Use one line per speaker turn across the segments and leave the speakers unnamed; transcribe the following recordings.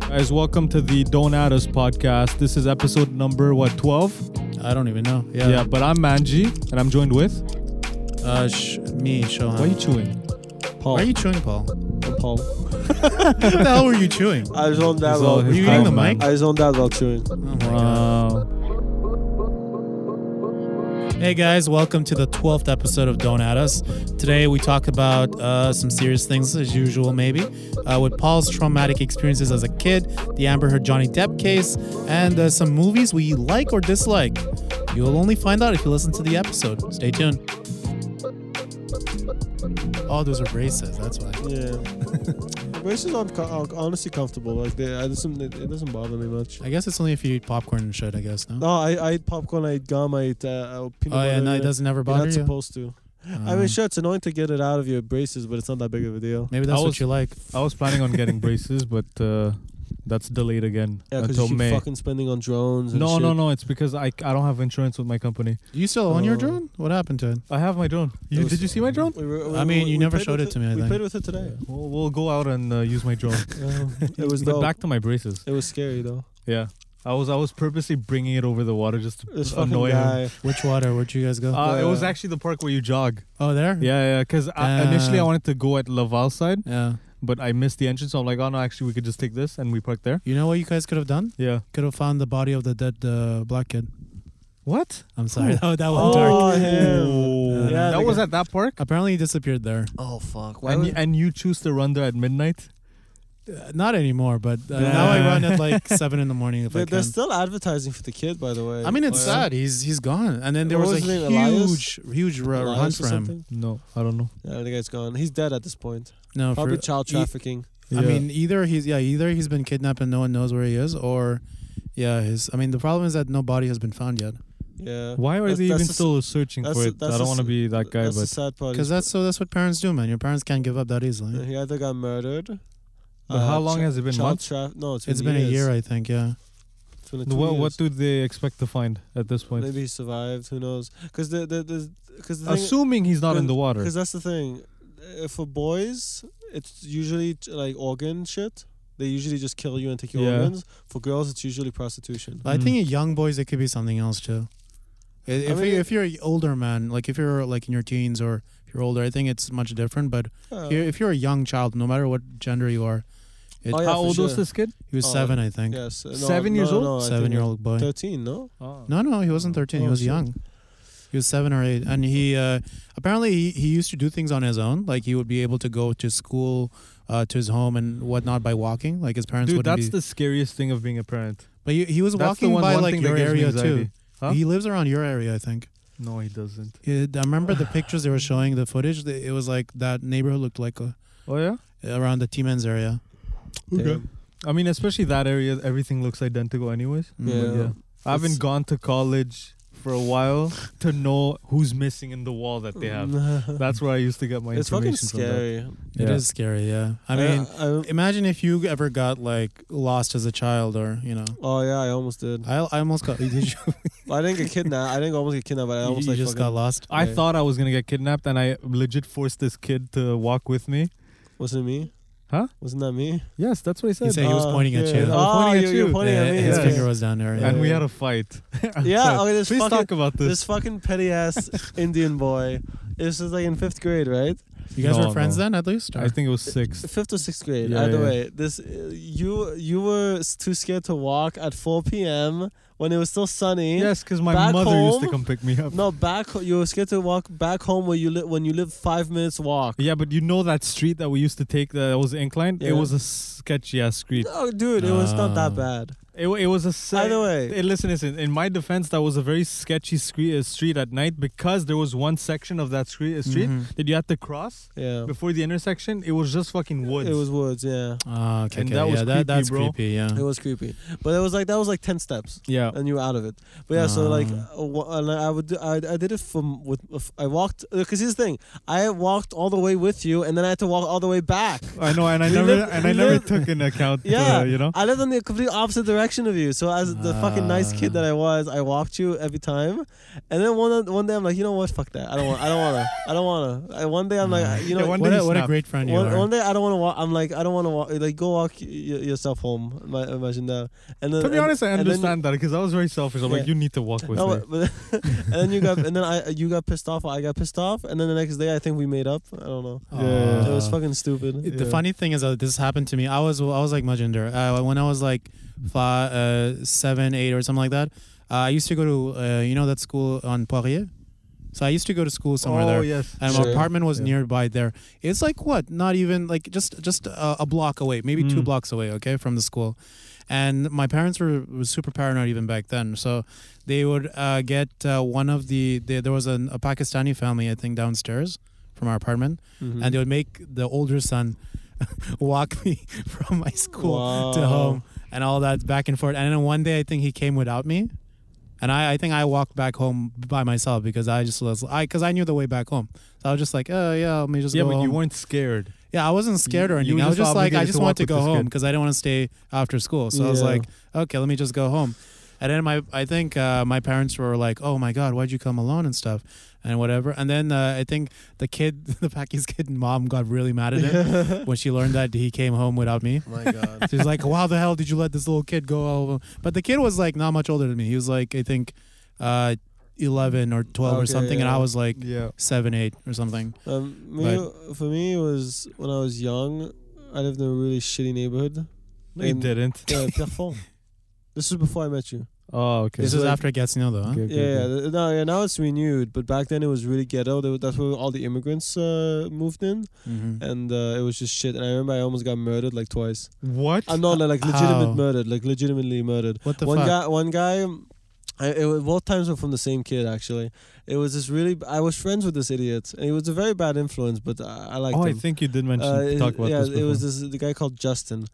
Guys, welcome to the Don't At Us podcast. This is episode number, what, 12?
I don't even know.
Yeah,
Yeah.
but I'm Manji and I'm joined with.
Uh, sh- me, Shohan.
Why are you chewing?
Paul.
Why are you chewing, Paul?
Paul.
what the hell were you chewing?
I zoned out
It's all
while
his
You eating the
problem,
mic?
I zoned out while chewing.
Oh my God.
Wow.
Hey guys, welcome to the 12th episode of Don't At Us. Today we talk about uh, some serious things as usual, maybe, uh, with Paul's traumatic experiences as a kid, the Amber Heard Johnny Depp case, and uh, some movies we like or dislike. You'll only find out if you listen to the episode. Stay tuned. Oh, those are braces. That's why.
Yeah. Braces aren't co- are honestly comfortable. Like they, I doesn't, it, it doesn't bother me much.
I guess it's only if you eat popcorn and shit. I guess no.
No, I, I eat popcorn, I eat gum, I eat uh, uh, peanut
Oh
butter.
yeah, no, it doesn't ever
You're
bother
not
you. Uh-huh.
supposed to. I mean, sure, it's annoying to get it out of your braces, but it's not that big of a deal.
Maybe that's
I
what
was-
you like.
I was planning on getting braces, but uh, that's delayed again
Yeah, because you
until
keep
May.
fucking spending on drones and
No,
shit.
no, no. It's because I, I don't have insurance with my company.
Do you still own your
Oh.
drone? What happened to it?
I have my drone. You,
was-
did you see my drone?
We were- we-
I mean,
we-
you
we
never
played
showed
with
it to me, I
We
think.
played with it today.
We'll, we'll go out and uh, use my drone.
Um, it was
but
dope.
back to my braces.
It was scary though.
Yeah. I was I was purposely bringing it over the water just to
This fucking
annoy him.
guy.
Which water? Where'd you guys go?
Uh, it was
Yeah.
actually the park where you jog.
oh, there.
Yeah, yeah. Because initially I
Damn.
wanted to go at Laval side,
Yeah.
but I missed the entrance. So I'm like, oh no, actually we could just take this and we park there.
You know what you guys could have done?
Yeah.
Could have found the body of the dead uh, black kid.
What?
I'm sorry. Oh, that was dark.
Oh, him.
Oh.
Yeah,
that
the
was
guy-
at that park.
Apparently, he disappeared there.
Oh fuck!
And you, and you choose to run there at midnight.
Uh, not anymore, but uh, now I
Yeah.
run at like seven in the morning if
They-
I
They're
can.
still advertising for the kid, by the way.
I mean, it's
Oh, yeah?
sad. He's he's gone. And then there
What
was,
was
a
his name, Elias?
huge, huge r-
Elias
hunt
or
for him.
something?
No, I don't know.
Yeah, the guy's gone. He's dead at this
Oh,
point.
No,
Probably
for,
child
he-
trafficking.
Yeah.
I mean, either he's yeah, either he's been kidnapped and no one knows where he is, or yeah, his. I mean, the problem is that no body has been found yet.
yeah.
Why are
That's-
they
that's
even
a s-
still searching
that's
for
a-
it?
that's
I
a
don't want to
s-
be that guy,
That's the
but
sad part.
Because that's so that's what parents do, man. Your parents can't give up that easily.
he either got murdered. uh,
But how long has it been?
Child
Months?
traf- No, it's been,
it's been a
years.
year, I think. Yeah.
It's been a two
what, what
years.
do they expect to find at this point?
Maybe he survived. Who knows? Because the the the because the thing,
Assuming he's not in
when-
the water.
cause that's the thing. Uh, For boys, it's usually t- like organ shit. They usually just kill you and take your
Yeah.
organs. For girls, it's usually prostitution.
But I think in young boys it could be something else too. I- If
mean,
you,
it-
if you're an older man, like if you're like in your teens or if you're older, I think it's much different. But
Yeah.
here- if you're a young child, no matter what gender you are, it,
Oh, yeah,
How
for
old was
sure.
this kid?
he was
oh,
seven, I think.
Yes. uh, no,
Seven years
no,
old?
no, I think
seven year
like
old boy.
Thirteen? No.
Oh.
No, no, he wasn't 13. he
Oh,
was
shit.
young. He was seven or eight, and he uh, apparently he, he used to do things on his own. Like he would be able to go to school, uh, to his home and whatnot by walking. Like his parents
Dude,
wouldn't
that's
be.
the scariest thing of being a parent.
but he, he was
That's the
walking
one,
by
one
like
thing that
your
gives me
area
anxiety.
too.
Huh?
He lives around your area, I think.
No, he doesn't.
It, I remember the pictures they were showing, the footage. th- It was like that neighborhood looked like a,
Oh yeah.
around the T-Men's area.
Damn.
I mean, especially that area, everything looks identical, anyways.
Mm,
Yeah.
But yeah. I
It's-
haven't gone to college for a while to know who's missing in the wall that they have. That's where I used to get my
Mm. it's
information
fucking scary.
from.
It is scary, yeah.
Uh,
I mean,
I-
imagine if you ever got like lost as a child, or you know,
oh yeah, I almost did.
I, I almost got. Did you,
Well, I didn't get kidnapped. I didn't almost get kidnapped, but I
you
almost like
just got
fucking,
lost?
I
Yeah.
thought I was gonna get kidnapped, and I legit forced this kid to walk with me.
wasn't it me?
Huh?
Wasn't that me?
Yes, that's what he said.
said he was
Oh,
pointing at
yeah.
you.
I was
Oh,
pointing at
you- you
you.
were pointing at me.
his
Yeah.
finger was down there.
and
yeah.
we had a fight.
Yeah,
So,
okay, this
please
fucking-
talk about this.
This fucking petty ass Indian boy. This is like in fifth grade, right?
you guys
No,
were friends
no.
then, at least. or-
I think it was six.
Fifth or sixth grade.
Yeah,
either
yeah.
way, this uh, you you were s- too scared to walk at 4 p.m. when it was still sunny.
Yes, because my
Back
mother used to
home?
come pick me up.
No, back ho- you were scared to walk back home where you live when you live five minutes walk.
Yeah, but you know that street that we used to take that was inclined. It
Yeah.
was a sketchy ass street.
Oh, dude, it was not
Ah.
that bad.
It, wa- it was a. se-
Either way.
Hey, listen, listen. In my defense, that was a very sketchy scre- uh, street at night because there was one section of that scre- uh,
Mm-hmm.
street
Mhm.
that you had to cross
Yeah.
before the intersection. It was just fucking woods.
Oh. It was woods, yeah.
Ah, okay,
And
okay,
that was
yeah,
creepy,
that, that's
bro.
creepy. Yeah.
It was creepy. But it was like that was like ten steps.
yeah,
out.
and you were out of it. But yeah, so like,
Ah.
uh, wha- and I would, do- I, I did it from with, with- I walked because here's the thing, I walked all the way with you, and then I had to walk all the way back.
I know, and I
We
never
live-
and I
we
never
live-
took in account.
Yeah,
uh, you know.
I lived in the complete opposite direction of you. So as the fucking nice kid
Ah.
that I was, I walked you every time, and then one one day I'm like, you know what, fuck that, I don't want, I don't wanna, I don't wanna. I, one day I'm like, you know,
Yeah, one
What
day
a,
you
what a
snap.
great friend you
One,
are.
one day I don't want to walk. I'm like I don't want to walk. Like go walk y- y- yourself home. ima- Imagine that. And then,
To be
Uh, and-
honest, I
and then-
understand that because I was very selfish. I'm
Yeah.
like, you need to walk with
no,
me.
but, but- and then you got and then I you got pissed off. I got pissed off. And then the next day I think we made up. I don't know.
Yeah.
it was
Ah.
fucking stupid.
It-
The
Yeah.
funny thing is that this happened to me. I was I was like Majinder. Uh, when I was like five, uh, seven, eight, or something like that. Uh, I used to go to uh, you know that school on Poirier. So I used to go to school somewhere
oh
there,
yes.
and my
Sure.
apartment was
Yeah.
nearby there. It's like what? Not even like just just uh, a, a block away, maybe two
Mm.
blocks away. Okay, from the school. And my parents were, were super paranoid even back then. So they would uh, get uh, one of the, the there was an, a Pakistani family I think downstairs from our apartment
Mm-hmm.
Mhm.
and they would make the older son walk me from my school to
Wow.
home and all that back and forth. And then one day, I think he came without me, and I, I think I walked back home by myself because I just was I because I knew the way back home. So I was just like, oh yeah, let me just
Yeah,
go
but
um,
you
home."
weren't scared.
yeah, I wasn't scared or
you
anything.
were
I was
just
just like, I
obligated
just
to
wanted
walk with
to go
this
home
kid.
because I didn't want to stay after school. So I was
Yeah.
like, okay, let me just go home. And then my, I think uh, my parents were like, oh my god, why'd you come alone and stuff, and whatever. And then uh, I think the kid, the Pakis kid, mom got really mad at him when she learned that he came home without me.
Oh my God.
She's like, "Wow, the hell did you let this little kid go?" all over?" But the kid was like not much older than me. He was like, I think, uh, eleven or twelve or
Okay,
something, and
yeah.
I was like
Yeah.
seven, eight or something.
Um, me, for me it was when I was young. I lived in a really shitty neighborhood.
No, you
And-
didn't.
Yeah, Pierrefonds. This was before I met you.
Oh, okay.
This
So
is
like-
after I gets to know though. Huh?
Okay, okay,
Yeah, yeah.
okay.
th- Now, yeah, now it's renewed, but back then it was really ghetto. There, were- that's where all the immigrants uh, moved in,
Mhm.
and uh, it was just shit. And I remember I almost got murdered like twice.
What?
I'm not like legitimate
How?
murdered, like legitimately murdered.
What the
one
fuck?
guy, one guy. um, I, it was, both times were from the same kid. Actually, it was this really. I was friends with this idiot, and he was a very bad influence. But I, I liked
oh, I
him.
think you did mention
Uh, it-
talk about
yeah,
this.
it was
before.
this the guy called Justin,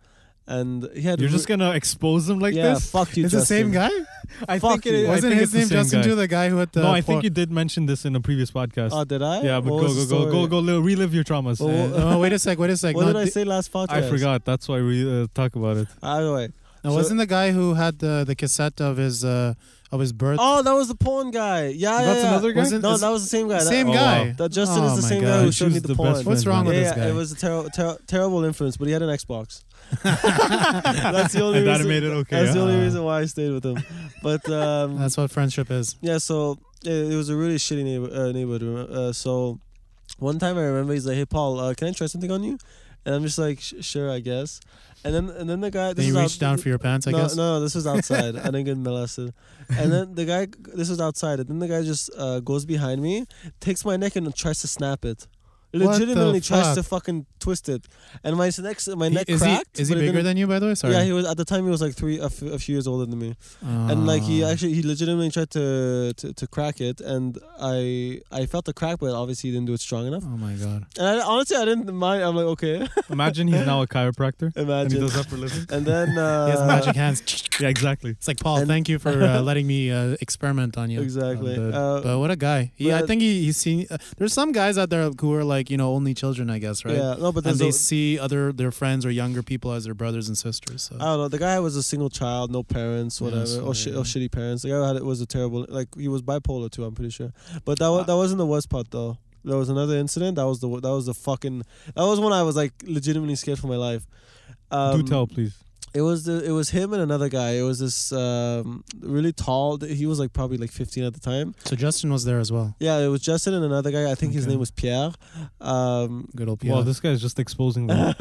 and he had.
You're
re-
just gonna expose them like
yeah,
this?
fuck you.
It's the same
Justin.
guy.
I
fuck
think it
you.
is. I
Wasn't
think
his
it's the
name
same
Justin
guy.
too? The guy who had the
No, I think
por-
you did mention this in a previous podcast.
Oh, did I?
yeah, but
What
go
was
go
the
go go
story?
go li- relive your traumas.
Oh,
Uh, no, wait a sec. Wait a sec.
What
no,
did I
th-
say last podcast?
I forgot. That's why we uh, talk about it.
Either way.
no,
So-
wasn't the guy who had the, the cassette of his uh, of his birth?
Oh, that was the porn guy. Yeah, yeah.
That's
yeah.
another guy?
Wasn't-
No,
is-
that was the same guy. That-
same
Oh,
guy.
wow.
That Justin
Oh
is the
my
same guy who
God.
showed me
Choose
the,
the
porn.
best
What's
friend,
wrong
man.
with
yeah,
this
yeah,
guy?
it was a ter- ter- terrible influence, but he had an Xbox. that's the only
And that
reason.
made it okay,
That's the
huh?
only reason why I stayed with him. But um,
uh-huh. That's what friendship is.
yeah, so it, it was a really shitty neighbor, uh, neighborhood. remem- Uh, so one time I remember he's like, "Hey Paul, uh, can I try something on you?" And I'm just like, "Sh- "Sure, I guess." And then and then the guy this
Then you
is
reach
out-
down for your pants, I
no,
guess.
no, no, this was outside. I didn't get molested. And then the guy, this was outside. And then the guy just uh, goes behind me, takes my neck, and tries to snap it.
the
Legitimately tries to
fuck?
fucking twist it. And my neck, my
He-
neck
is he
cracked.
is he
but it
bigger
didn't-
than you by the way? Sorry.
Yeah, he was at the time. He was like three, a, f- a few years older than me. And like he
Ah.
actually, he legitimately tried to, to to crack it, and I I felt the crack, but obviously he didn't do it strong enough.
Oh my god.
And I, honestly, I didn't mind. I'm like, okay,
Imagine he's now a chiropractor and he
imagine.
does that for a living.
And then
He has
uh,
magic hands.
Yeah, exactly.
It's like Paul.
And-
thank you for uh, letting me uh, experiment on you. Um,
exactly.
I'm dead.
Uh,
But what a guy. Yeah, I
But-
think he, he's seen. Uh, there's some guys out there who are like you know only children, I guess, right?
Yeah, no, but
And
there's
they
a-
see other their friends or younger people as their brothers and sisters. So.
I don't know. The guy was a single child, no parents,
Yeah,
whatever,
so,
or, shi-
yeah.
or shitty parents. The guy had it was a terrible. Like he was bipolar too. I'm pretty sure. But that wa- that wasn't the worst part though. There was another incident. That was the wo- that was the fucking that was when I was like legitimately scared for my life. Um,
Do tell, please.
It was the it was him and another guy. It was this um, really tall. He was like probably like 15 at the time.
so Justin was there as well.
Yeah, it was Justin and another guy. I think his
Okay.
name was Pierre. Um,
Good old
Wow,
Pierre.
this guy's just exposing them.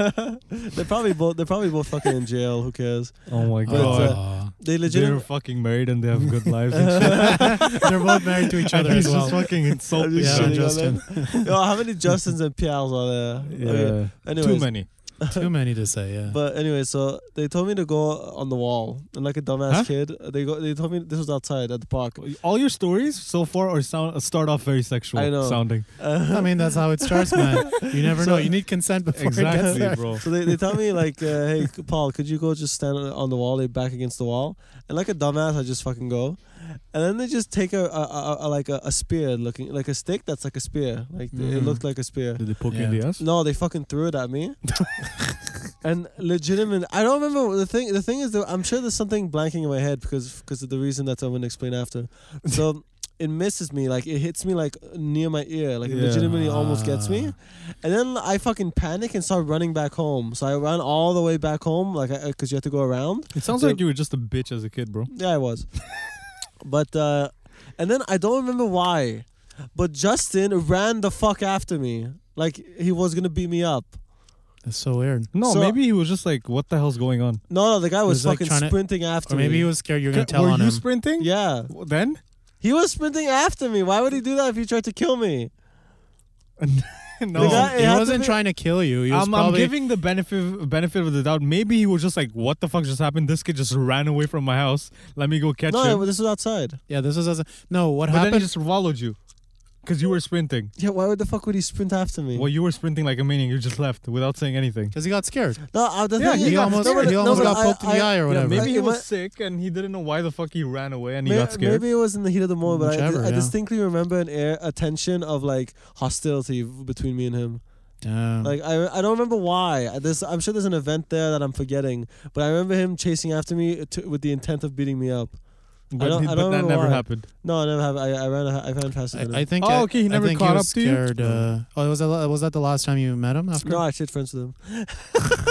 they're probably both they're probably both fucking in jail. Who cares?
oh my
Oh,
uh,
god.
They
They're
legitimately
fucking married and they have good lives and shit.
they're both married to each
And
other
he's
as well.
just fucking insulting
yeah,
shitting
them.
on
Justin.
Yo, how many Justins and Pierres are there?
Yeah.
Okay. Anyways,
Too many.
Too many to say, yeah.
But anyway, so they told me to go on the wall, and like a dumbass
Huh?
kid, they go. They told me this was outside at the park.
All your stories so far are sound start off very sexual
I know.
sounding.
I mean, that's how it starts, man. You never
So-
know. You need consent before it gets
Exactly,
there.
bro.
So they, they tell me like, uh, hey Paul, could you go just stand on- on the wall, like back against the wall, and like a dumbass, I just fucking go, and then they just take a, a, a, a- like a, a spear looking like a stick that's like a spear, like it
Mhm.
looked like a spear.
Did they poke
Yeah.
you in the ass?
No, they fucking threw it at me. and legitimate, I don't remember the thing. The thing is, that I'm sure there's something blanking in my head because because of the reason that I'm gonna explain after. So. It misses me, like it hits me, like near my ear, like it
Yeah.
legitimately almost gets me.
Ah.
And then I fucking panic and start running back home. So I ran all the way back home, like, because you have to go around.
It sounds
The-
like you were just a bitch as a kid, bro.
Yeah, I was. but, uh, and then I don't remember why, but Justin ran the fuck after me. Like, he was gonna beat me up.
That's so weird.
No,
So-
maybe he was just like, "What the hell's going on?"
No, no, the guy was,
was, like,
fucking
trying to-
sprinting after
Or maybe
me.
he was scared you were going to tell
were
on
you
him.
sprinting?
yeah,
W- Then
he was sprinting after me. Why would he do that if he tried to kill me?
no.
The guy- it
he
had to
wasn't
be-
trying to kill you. He was
I'm, I'm
probably
giving the benefit benefit of the doubt. Maybe he was just like, "What the fuck just happened? This kid just ran away from my house. Let me go catch
No,
him."
but this was outside.
Yeah, this was as a, no. What
but then he
happened?
just followed you, because you were sprinting.
Yeah, why would the fuck would he sprint after me?
Well, you were sprinting like a maniac. You just left without saying anything.
Because he got scared.
no, uh, the
Yeah,
thing
he
is- no,
almost-
but-
he
no,
almost
but
got poked in the eye or whatever.
maybe he
it
was
might-
sick and he didn't know why the fuck he ran away and he
May-
got scared.
Maybe it was in the heat of the moment, but I,
Whichever,
I
yeah.
distinctly remember an air, a tension of like hostility v- between me and him.
Damn.
Like I, I don't remember why. I- This I'm sure there's an event there that I'm forgetting, but I remember him chasing after me uh, to, with the intent of beating me up.
but
don't-
he-
I
but
don't
that
know
never
why.
happened.
No, I never have. I, I ran I ran past him.
I, I think.
Oh,
I-
okay, he
I
never
think
caught
was
up to you?
scared, Uh, oh, was that was that the last time you met him? After
no, I shit friends with him.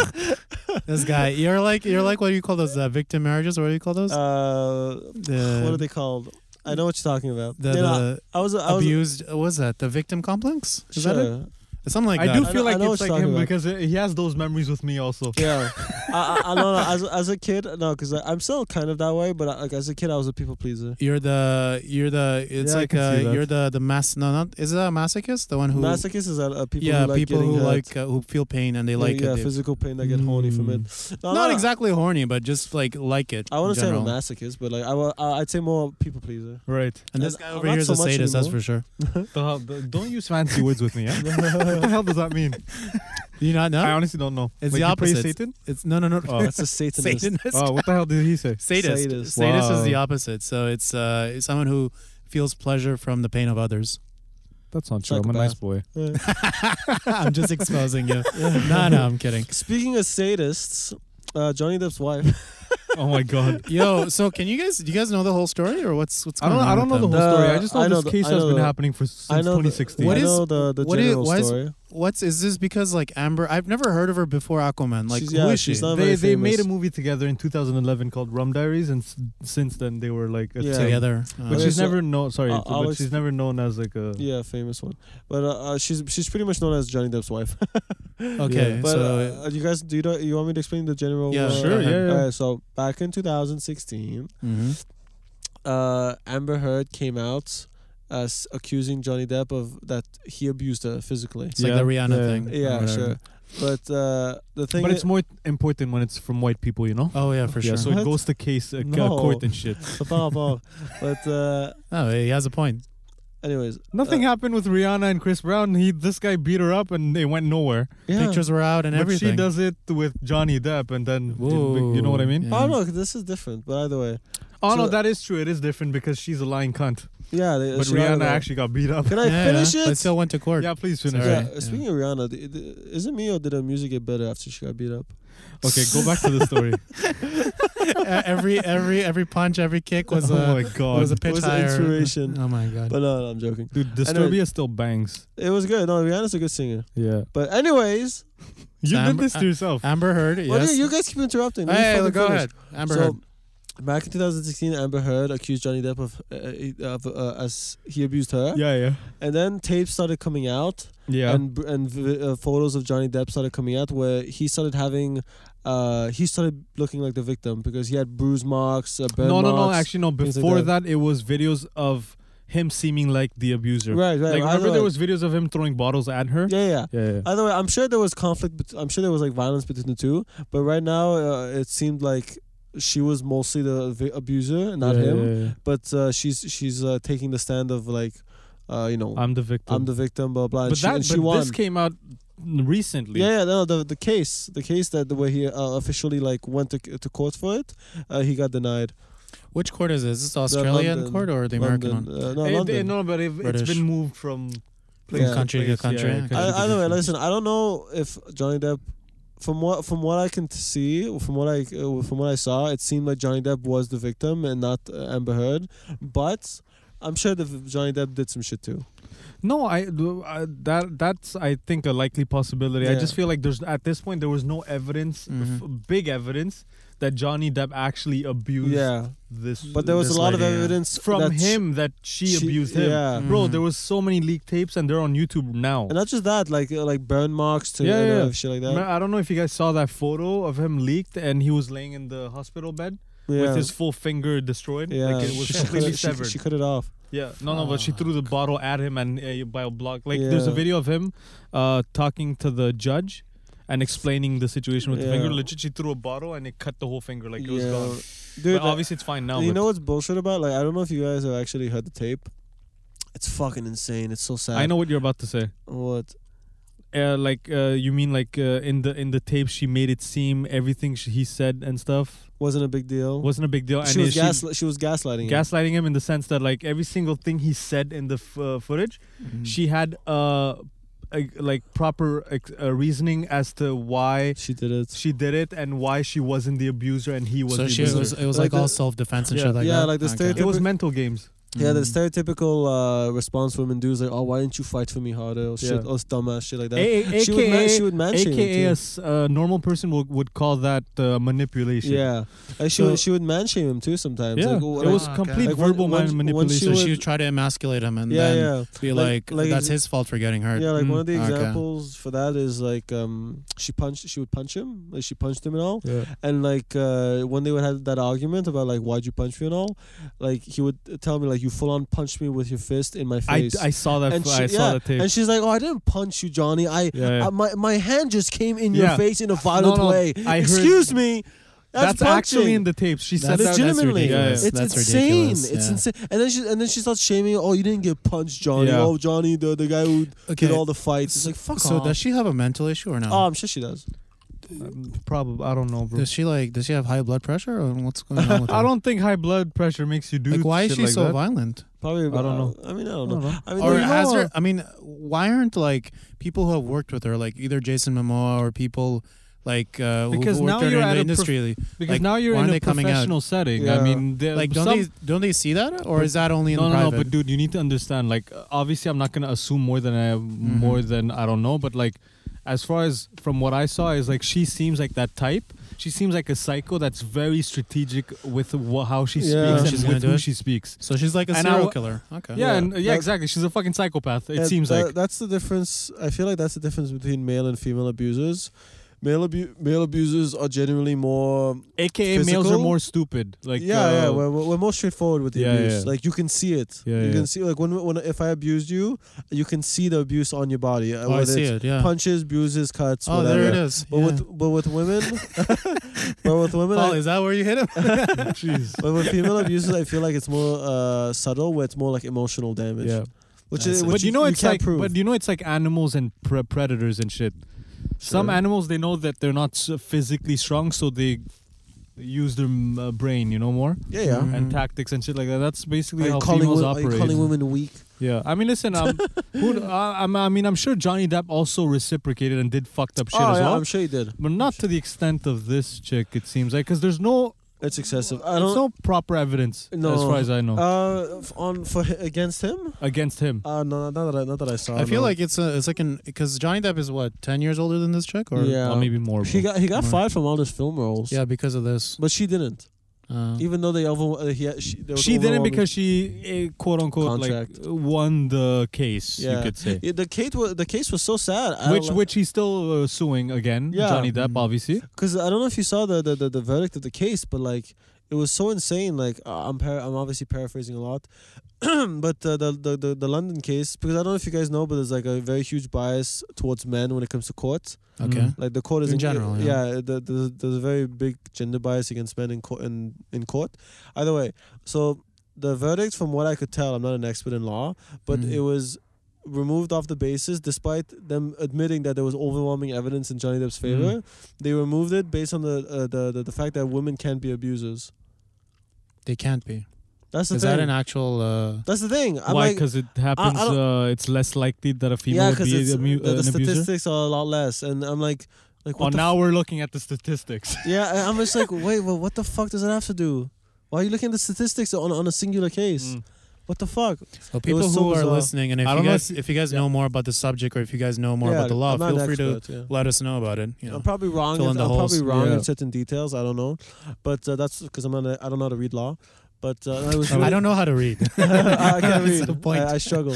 this guy, you're like you're like what do you call those uh, victim marriages? What do you call those?
Uh,
the,
what are they called? I know what you're talking about.
The,
You know,
the
I was I was
abused. What was that the victim complex? Is that
sure.
it? Something like
I
that. Uh,
do
I
feel
know- I
like
know
it's
what you're
like him
talking about.
because he has those memories with me also.
Yeah, I, I, I don't know. As, as a kid, no, because I'm still kind of that way. But I, like as a kid, I was a people pleaser.
You're the you're the it's
Yeah, I
like
can
uh,
see that.
you're the the mass no not is it a masochist the one who
Masochists is that uh, people
yeah
who like
people
getting
who
hurt.
like uh, who feel pain and they
Yeah,
like
yeah,
it. They-
physical pain that get horny from it. No,
not
no,
exactly horny but just like like it.
Uh, I wouldn't
in
say I'm a
general.
masochist, but like I wa- I, would say more people pleaser.
Right.
And this
And
guy
I'm
over
not
here is
so
a
much
sadist, that's
anymore.
for sure.
The- the- uh, don't use fancy words with me. Yeah? what the hell does that mean?
Do you not know?
I honestly don't know.
It's
Like,
the
you praise
opposite.
Satan?
It's no, no, no.
Oh.
That's a satanist.
Satanist.
Oh, what the hell did he say?
Sadist. Sadist,
Sadist.
is the
Wow.
opposite. So it's uh, it's someone who feels pleasure from the pain of others.
That's not true. I'm a
Psychopath.
nice boy.
Yeah.
I'm just exposing you. no, no, I'm kidding.
Speaking of sadists, uh, Johnny Depp's wife.
Oh my god.
Yo, so can you guys do you guys know the whole story or what's what's
I
going
don't.
on?
I don't know
with
the whole
them?
them.
story.
Uh,
I just know
I know
this
the-
case
I
has
know
been
the-
happening for since
I know. the-
2016.
What
I
is-
know the the
what is-
general
why is-
story.
What's is this because like Amber? I've never heard of her before Aquaman. Like
She's-
who
yeah,
is she?
she's not-
they
very
they made a
famous.
movie together in 2011 called Rum Diaries, and s- since then they were like a
Yeah.
thing.
Together, uh,
But
Okay,
she's
so-
never known. Sorry,
Uh,
but
Alex-
she's never known as like a.
Yeah, famous one. But uh, uh, she's she's pretty much known as Johnny Depp's wife.
okay.
Yeah.
But
so
uh, you guys, do you know, you want me to explain the general?
Yeah,
uh,
sure,
yeah, yeah.
Alright, so back in 2016,
mhm.
uh, Amber Heard came out as accusing Johnny Depp of that he abused her physically.
it's like the Rihanna thing. or
Yeah,
whatever.
sure. But uh, the thing,
But
i-
it's more important when it's from white people, you know.
Oh yeah, for
Yeah,
sure.
so it
What?
goes to case uh, ca-
No.
court and shit.
Far, far. but uh,
oh, he has a point.
anyways,
Nothing happened with Rihanna and Chris Brown. He this guy beat her up and they went nowhere.
yeah.
Pictures were out and
but
everything.
she does it with Johnny Depp, and then
Whoa.
you know what I mean.
Yeah.
Oh no, this is different. But either way,
Oh
So-
no, that is true. It is different because she's a lying cunt.
yeah. They,
But
she rather
Rihanna
than-
actually got beat up.
Can I
Yeah,
finish
yeah,
it?
But still went to court.
Yeah, please finish.
Sorry.
yeah.
Alright,
Speaking of Rihanna, the, the, is it me or did her music get better after she got beat up?
Okay, go back to the story.
Uh, every every every punch, every kick was
oh
a
my god,
was a pitch
was an
higher.
inspiration.
Oh my god.
But no, no, I'm joking.
dude,
Anyway.
Disturbia still bangs.
It was good. No, Rihanna's a good singer.
Yeah,
But anyways,
you
Sam-
did this
uh,
to yourself.
Amber Heard.
what
Yes.
do you, you guys keep interrupting. Let me
hey,
fucking
go
finish.
ahead. Amber
so,
Heard.
Back in 2016, Amber Heard accused Johnny Depp of, uh, of uh, as he abused her,
yeah, yeah,
and then tapes started coming out,
yeah.
and and v- uh, photos of Johnny Depp started coming out where he started having, uh, he started looking like the victim because he had bruise marks, uh, burn
no, no, no.
marks.
Actually, no.
things like
Before
that.
that, it was videos of him seeming like the abuser.
Right,
Like
right. either
remember
way.
there was videos of him throwing bottles at her.
yeah, yeah.
yeah. yeah.
Either way, I'm sure there was conflict. bet- I'm sure there was like violence between the two. But right now, uh, it seemed like she was mostly the vi- abuser, and not
Yeah,
him.
yeah, yeah.
But uh, she's she's uh, taking the stand of like, uh, you know, I'm,
I'm the victim.
the victim, blah blah. and
but
she,
that
and she
but
won.
this came out recently.
yeah, yeah, no, the the case, the case that the way he uh, officially like went to to court for it, uh, he got denied.
Which court is this? Is this the
The
Australian
London-
court or the American
London,
one?
Uh, no,
Eh, they-
London.
no, but if it's
British.
been moved from
From
country to country.
country
I-
to
I, either way,
country.
listen. I don't know if Johnny Depp, from what from what I can t- see, or from what I uh, from what I saw, it seemed like Johnny Depp was the victim and not uh, Amber Heard. But I'm sure that Johnny Depp did some shit too.
No, I, do- I- that that's I think a likely possibility. I
Yeah.
just feel like there's at this point there was no evidence,
Mm-hmm.
f- big evidence that Johnny Depp actually abused
Yeah,
this.
but there was
This
a lot of
lady, yeah.
evidence
from
that sh-
him that she,
she-
abused him. Mm.
Yeah.
Bro,
Mhm.
there was so many leaked tapes and they're on YouTube now.
and not just that, like uh, like burn marks to
Yeah,
you know,
yeah.
shit like
Man,
that.
I don't know if you guys saw that photo of him leaked and he was laying in the hospital bed
Yeah.
with his full finger destroyed.
yeah,
Like it was
She cut
completely
it- she-
severed.
She, cut it off.
Yeah, no, no, but she threw the bottle at him and uh, by a block. Like, there's a
Yeah.
video of him uh, talking to the judge and explaining the situation with the finger.
Yeah.
Legit, she threw a bottle and it cut the whole finger. Like, it was
Yeah.
gone.
Dude,
but
uh,
obviously, it's fine now.
you
but
know what's bullshit about? Like, I don't know if you guys have actually heard the tape. It's fucking insane. It's so sad.
I know what you're about to say.
what
Uh, like, uh, you mean like uh, in the in the tape, she made it seem everything sh- he said and stuff
wasn't a big deal.
wasn't a big deal.
she
and
was
she
gasli- she was gaslighting. him.
gaslighting him in the sense that like every single thing he said in the f- uh, footage, she had uh, a, like proper ex- uh, reasoning as to why
She did it.
she did it and why she wasn't the abuser and he was
Mm. So
the
she
abuser.
was it was like,
Like
all
the-
self defense and
Yeah.
shit like
Yeah,
that.
like the stereotype-
it was mental games.
Yeah, the
Mm.
stereotypical uh, response women do is like, "Oh, why didn't you fight for me harder?" Or shit,
Yeah.
or dumbass shit like that.
A-
she would man,
AKA
she would man shame
AKA a
him
s- uh, normal person would, would call that uh,
too.
manipulation.
Yeah, like she
So-
would, she would man shame him too sometimes.
Yeah,
like, oh,
it
like-
was
okay.
complete
Like, when-
verbal
when-
man-
when she
manipulation.
So
was-
she would try to emasculate him and
yeah,
then
yeah,
be like,
Like- like
that's
ex-
his fault for getting hurt.
yeah. Like one
Mm,
of the
okay.
examples for that is like um, she punched, she would punch him, like she punched him and all. And like uh, when they would have that argument about like why'd you punch me and all, like he would tell me like you full on punched me with your fist in my
I,
face.
I saw that.
and
f-
she,
I saw
yeah,
that tape.
and she's like, "Oh, I didn't punch you, Johnny. I,
Yeah, yeah.
uh, my my hand just came in
Yeah.
your face in a violent
no,
way.
I heard-
Excuse me.
that's
That's,
actually in
punching.
the tape. She said
That's-
that.
that's
legitimately.
ridiculous.
Yeah,
it's
That's
insane.
ridiculous.
It's
Yeah.
insane. And then she and then she starts shaming. Oh, you didn't get punched, Johnny.
Yeah.
Oh, Johnny, the the guy who
Okay.
did all the fights. It's like fuck
so
off.
does she have a mental issue or no?
oh, I'm sure she does.
uh, Probably. I don't know, bro.
does she like does she have high blood pressure or what's going on with her?
I don't think high blood pressure makes you do.
like why is
shit
she
like
so
that.
violent?
Probably.
I don't know.
I mean, I don't
I
know.
don't know. uh,
I mean,
Or
you
has
know,
there I mean, why aren't like people who have worked with her, like either Jason Momoa or people like uh,
Because
who
now
worked with her
you're
in
at
the
a prof-
industry?
Because
Like,
now you're
why aren't
in
they
a
coming out?
professional setting. I
Yeah.
mean, there-
like don't
some-
they don't they see that or is that only in
no, no,
private?
no. But dude, you need to understand. Like, uh, obviously, I'm not gonna assume more than I
Mm-hmm.
more than I don't know. But like, as far as from what I saw, is like she seems like that type. She seems like a psycho that's very strategic with wha- how she
Yeah.
speaks
How
and
she's gonna
with
do
who
it?
she speaks.
so she's like a
And I
serial
w-
killer. Okay.
Yeah,
Yeah.
and yeah,
That-
exactly. She's a fucking psychopath. It
and
seems
tha-
like.
that's the difference. I feel like that's the difference between male and female abusers. Male abu- male abusers are generally more
AKA males are
physical?
more stupid. Like
yeah, yeah,
uh,
we're, we're we're more straightforward with the
Yeah,
abuse.
yeah.
Like you can see it.
Yeah,
you
yeah.
can see like when when if I abused you, you can see the abuse on your body. uh,
Oh, I
whether
see
it's
it. Yeah.
Punches, bruises, cuts.
oh,
whatever.
there it is.
But
yeah.
with but with women, but with women,
Paul,
I,
is that where you hit him?
jeez.
but with female abusers, I feel like it's more uh, subtle, where it's more like emotional damage.
Yeah.
which
I
is
see.
which
but you know it's
can't
like
prove.
but you know it's like animals and pre- predators and shit some
Sure.
animals they know that they're not s- physically strong so they use their mm, uh, brain you know more
yeah, yeah.
Mhm.
and tactics and shit like that that's basically
Mm-hmm. Are
how
you, calling
females
wo- are you
operate
calling women weak?
yeah i mean listen um, who, I, I'm- I mean i'm sure johnny depp also reciprocated and did fucked up shit
oh,
as
yeah,
well
I'm sure you did.
but not to the extent of this chick it seems like because there's no
It's excessive. I
there's
don't.
no proper evidence as
No.
far as i know
uh, f- on for hi- against him?
against him
Uh, no, not that I, not that I saw.
I feel
no.
like it's a it's like an because Johnny Depp is what ten years older than this chick or
Yeah.
or maybe more
He
bro.
got he got
Right.
fired from all his film roles.
yeah because of this.
but she didn't.
Uh,
Even though they over, uh, he, she, there was
Uh-huh. She didn't
overwhelming-
because she eh, quote unquote
Contract.
like won the case. You
Yeah.
could say.
Yeah, the Kate wa- the case was so sad. I
Which which he's still uh, suing again.
Yeah. Mm-hmm.
Johnny Depp, obviously.
because I don't know if you saw the, the, the, the verdict of the case, but like it was so insane. Like uh, I'm par- I'm obviously paraphrasing a lot, but uh, the, the the the London case because I don't know if you guys know, but there's like a very huge bias towards men when it comes to courts.
Okay.
Mm.
Like the court is
In general, yeah.
yeah. the, the, there's a very big gender bias against men in court. In, in court, either way. So the verdict, from what I could tell, I'm not an expert in law, but
Mhm.
it was removed off the basis, despite them admitting that there was overwhelming evidence in Johnny Depp's favor. They removed it based on the, uh, the the the fact that women can't be abusers.
They can't be.
That's the
Is
thing.
that an actual? Uh,
That's the thing. I'm
Why?
like,
Because it happens.
don't-
uh, it's less likely that a female
yeah,
would
because
be a,
the,
mu-
the
an abuser.
statistics are a lot less, and I'm like, like
Oh,
what the
now we're looking at the statistics.
Yeah, I- I'm just like, wait, well, what the fuck does that have to do? Why are you looking at the statistics on on a singular case?
Mm.
What the fuck?
well, people
was
who
so
are
bizarre.
listening, and if
I
you
don't know
guys,
if
if you guys know more about the subject, or if you guys know more about the law, feel free to
to.
let us know about it. You know.
I'm probably wrong.
fill
In,
in the
I'm
holes.
probably wrong
Yeah.
in certain details. I don't know, but uh, that's because I'm not. A, I don't know how to read law. But uh, it was
I
really-
don't know how to read.
I can't
That's
read.
the point.
I, I struggle.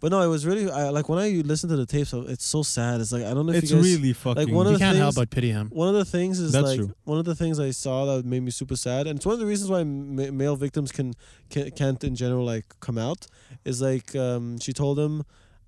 but no, it was really I, like when I listen to the tapes. It's so sad. It's like I don't know if
It's
you guys.
really fucking.
one of
you
the
can't help
things-
but pity him.
one of the things is
That's
like
true.
one of the things I saw that made me super sad, and it's one of the reasons why ma- male victims can, can can't in general like come out. Is like um, she told him,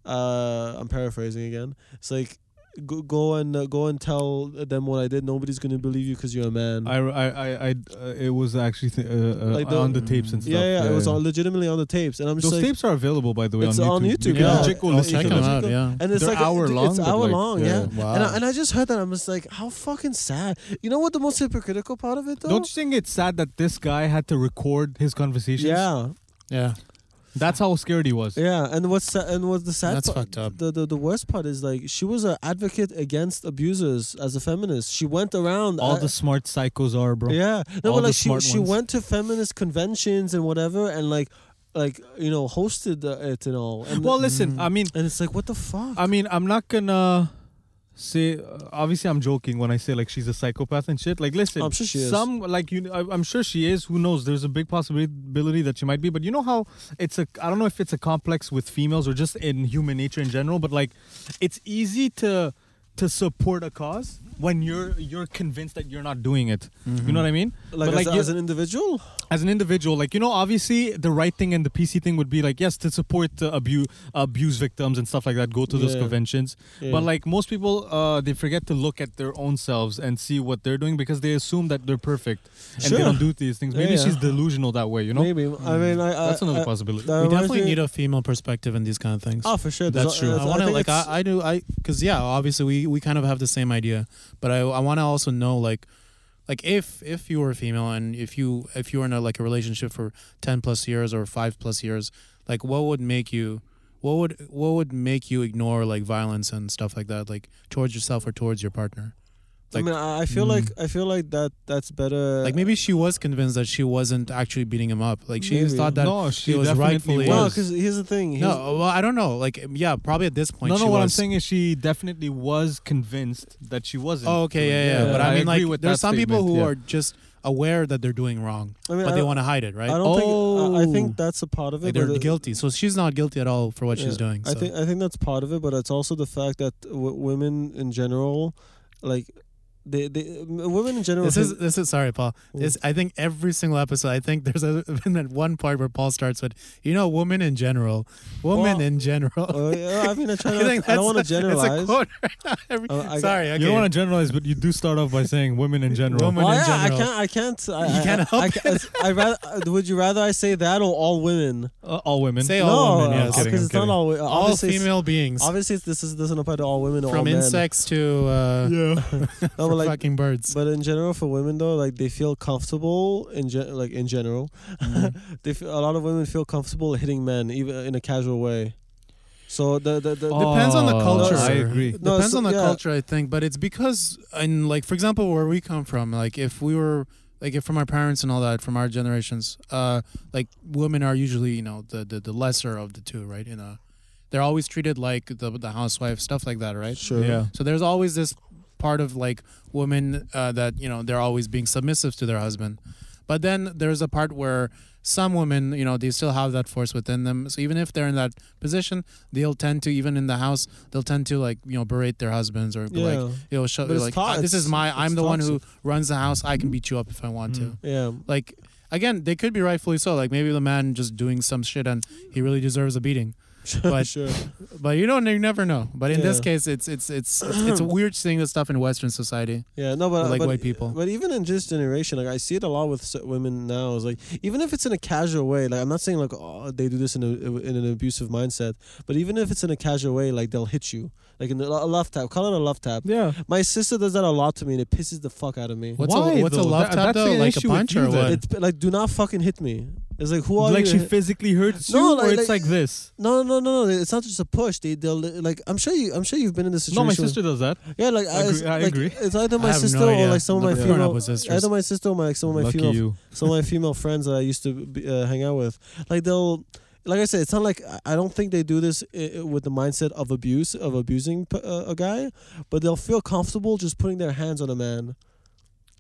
uh, I'm paraphrasing again. It's like go, go and uh, go and tell them what I did. Nobody's gonna believe you because you're a man.
I, I, I, I uh, it was actually th- uh, uh,
Like the- Mm.
on the tapes and stuff.
yeah, yeah, it was on legitimately on the tapes, and I'm just
Those
like,
tapes are available, by the way,
It's
on YouTube.
on YouTube,
You can
yeah.
check all
I'll
the
check
tapes.
him out. Yeah.
and it's
They're
like
hour
it-
long,
It's
but,
hour
like,
long,
yeah.
yeah.
Wow.
And I, and I just heard that I'm just like, how fucking sad. You know what the most hypocritical part of it though?
Don't you think it's sad that this guy had to record his conversations?
yeah,
yeah.
That's how scared he was.
yeah. And what's sa- and what's the sad?
That's
part-
fucked up.
the, the the worst part is like she was an advocate against abusers as a feminist. She went around
All
I-
the smart psychos are, bro.
yeah. No,
all the
but like she
smart
she
ones.
went to feminist conventions and whatever, and like like you know hosted uh, it and all. And,
Well, listen,
Mm.
I mean,
and it's like what the fuck.
I mean, I'm not gonna say. Uh, obviously, I'm joking when I say like she's a psychopath and shit. Like, listen,
I'm sure she is.
some like you. I, I'm sure she is. Who knows? There's a big possibility that she might be. But you know how it's a. I don't know if it's a complex with females or just in human nature in general. But like, it's easy to to support a cause when you're you're convinced that you're not doing it.
Mm-hmm.
Mm-hmm.
You know what I mean?
like,
but,
as,
like, you-
as an individual,
as an individual, like you know, obviously the right thing and the PC thing would be like yes to support uh, abuse abuse victims and stuff like that. Go to those
Yeah.
conventions,
Yeah.
but like most people, uh, they forget to look at their own selves and see what they're doing because they assume that they're perfect and
Sure.
they don't do these things.
Yeah,
Maybe
yeah.
she's delusional that way. You know,
maybe I mean I, I,
uh,
that's another
I-
possibility.
that
We
reminds
definitely
me-
need a female perspective in these kind of things.
Oh, for sure.
That's
There's-
true.
there's-
I want to
think
like I,
it's-
I do I because yeah obviously we we kind of have the same idea but I I want to also know like like if if you were a female and if you if you were in a like a relationship for ten plus years or five plus years like what would make you what would what would make you ignore like violence and stuff like that like towards yourself or towards your partner
I
like-
mean I I feel
Mm.
like I feel like that that's
Uh,
better.
like maybe she was convinced that she wasn't actually beating him up like she
Maybe.
thought that
no, she
was
definitely
rightfully-
no,
was.
because here's the thing.
no
here's-
well I don't know like yeah probably at this point
no,
she
no. What I'm
was.
saying is, she definitely was convinced that she wasn't.
Oh, okay, yeah, yeah.
Yeah,
But I,
I
mean,
agree
like,
with
there's
that
some people
statement,
who
yeah.
are just aware that they're doing wrong,
I mean
but
I,
they want to hide it, right?
I don't think uh, I, I think that's a part of
Like,
it. but
they're
it-
guilty. So she's not guilty at all for what she's
Yeah.
doing. So.
I think I think that's part of it, but it's also the fact that w- women in general, like, they, they m- women in general.
this is this is sorry, Paul. This I think every single episode. I think there's a, been that one part where Paul starts with, you know, women in general, women
Well,
in general.
Uh, yeah, I mean, I try
I
not. I,
think that's
don't want
a-
to generalize.
It's a quote. Every-
Uh, I-
sorry, okay.
You don't want to generalize, but you do start off by saying women in general.
Women
Well,
in
yeah, I
general.
can't. I can't. I,
You
I-
can't
I,
help
I, ca- it's- I rather. uh, Would you rather I say that or all women?
Uh, all women.
Say
no, uh,
all women. Yeah,
I'm
I'm
kidding,
kidding.
because it's not all. wo-
all
obviously it's-
female beings,
Obviously, it's, this is doesn't apply to all women or all
from
men.
insects to uh,
yeah.
No, but like,
fucking birds.
But in general, for women though, like they feel comfortable in gen- like in general,
Mm-hmm.
they feel, a lot of women feel comfortable hitting men even in a casual way. So the the, the
depends on the
Oh,
culture.
I agree.
It
No,
depends
so-
on the
yeah.
culture, I think. But it's because, in like for example, where we come from, like if we were like if from our parents and all that, from our generations, uh, like women are usually you know the the, the lesser of the two, right? You know, they're always treated like the the housewife, stuff like that, right?
sure
Yeah.
So there's always this part of like women uh, that you know they're always being submissive to their husband. But then there's a part where some women, you know, they still have that force within them. So even if they're in that position, they'll tend to, even in the house, they'll tend to like, you know, berate their husbands or be
Yeah.
like, you know, show
But it's
like, "Ah,
to-
this is
it's-
my,
it's Mm-hmm.
I'm the one who runs the house. I can beat you up if I want to.
Yeah.
Like, again, they could be rightfully so. Like maybe the man just doing some shit and he really deserves a beating. But-
sure.
But you don't, you never know. But in this
Yeah.
case, it's it's it's it's, it's weird seeing this stuff in Western society.
Yeah, no, but
Or, like,
but,
white people.
But even in this generation, like I see it a lot with s- women now. Is like even if it's in a casual way, like I'm not saying like oh, they do this in a in an abusive mindset, but even if it's in a casual way, like they'll hit you, like in a lo- a love tap. Call it a love tap.
Yeah.
My sister does that a lot to me, and it pisses the fuck out of me.
What's
Why,
a what's a
though?
love
That-
tap
that's
though?
the
Like a
issue with
punch
you
or
then.
what?
It's like do not fucking hit me. It's like who are
like she
you?
physically hurts
No,
you,
like-
or it's
like-
like this.
no, no, no, no. It's not just a push. They they'll like I'm sure you I'm sure you've been in this situation.
No, my
with-
sister does that.
Yeah, like I,
Agree- I
like,
agree.
It's either my
have no
sister
idea.
or like some of my
Never grown up
female.
with sisters.
Either my sister or my like some of my
Lucky
female
you.
some of my female friends that I used to be, uh, hang out with. Like they'll, like I said, it's not like I- I don't think they do this uh, with the mindset of abuse of abusing p- uh, a guy, but they'll feel comfortable just putting their hands on a man.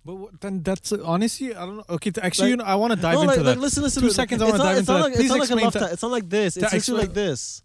But what, then that's uh, honestly, I don't know. Okay, t- actually,
Like-
you know, I want to dive
no,
into
like,
that.
like listen, listen.
Two
listen.
seconds, I
It's
wanna
not-
dive
it's
into
not
that.
like-
Please
it's not like a
explain
love
that.
tap. It's not like this. It's
Ta-
literally
explain-
like this.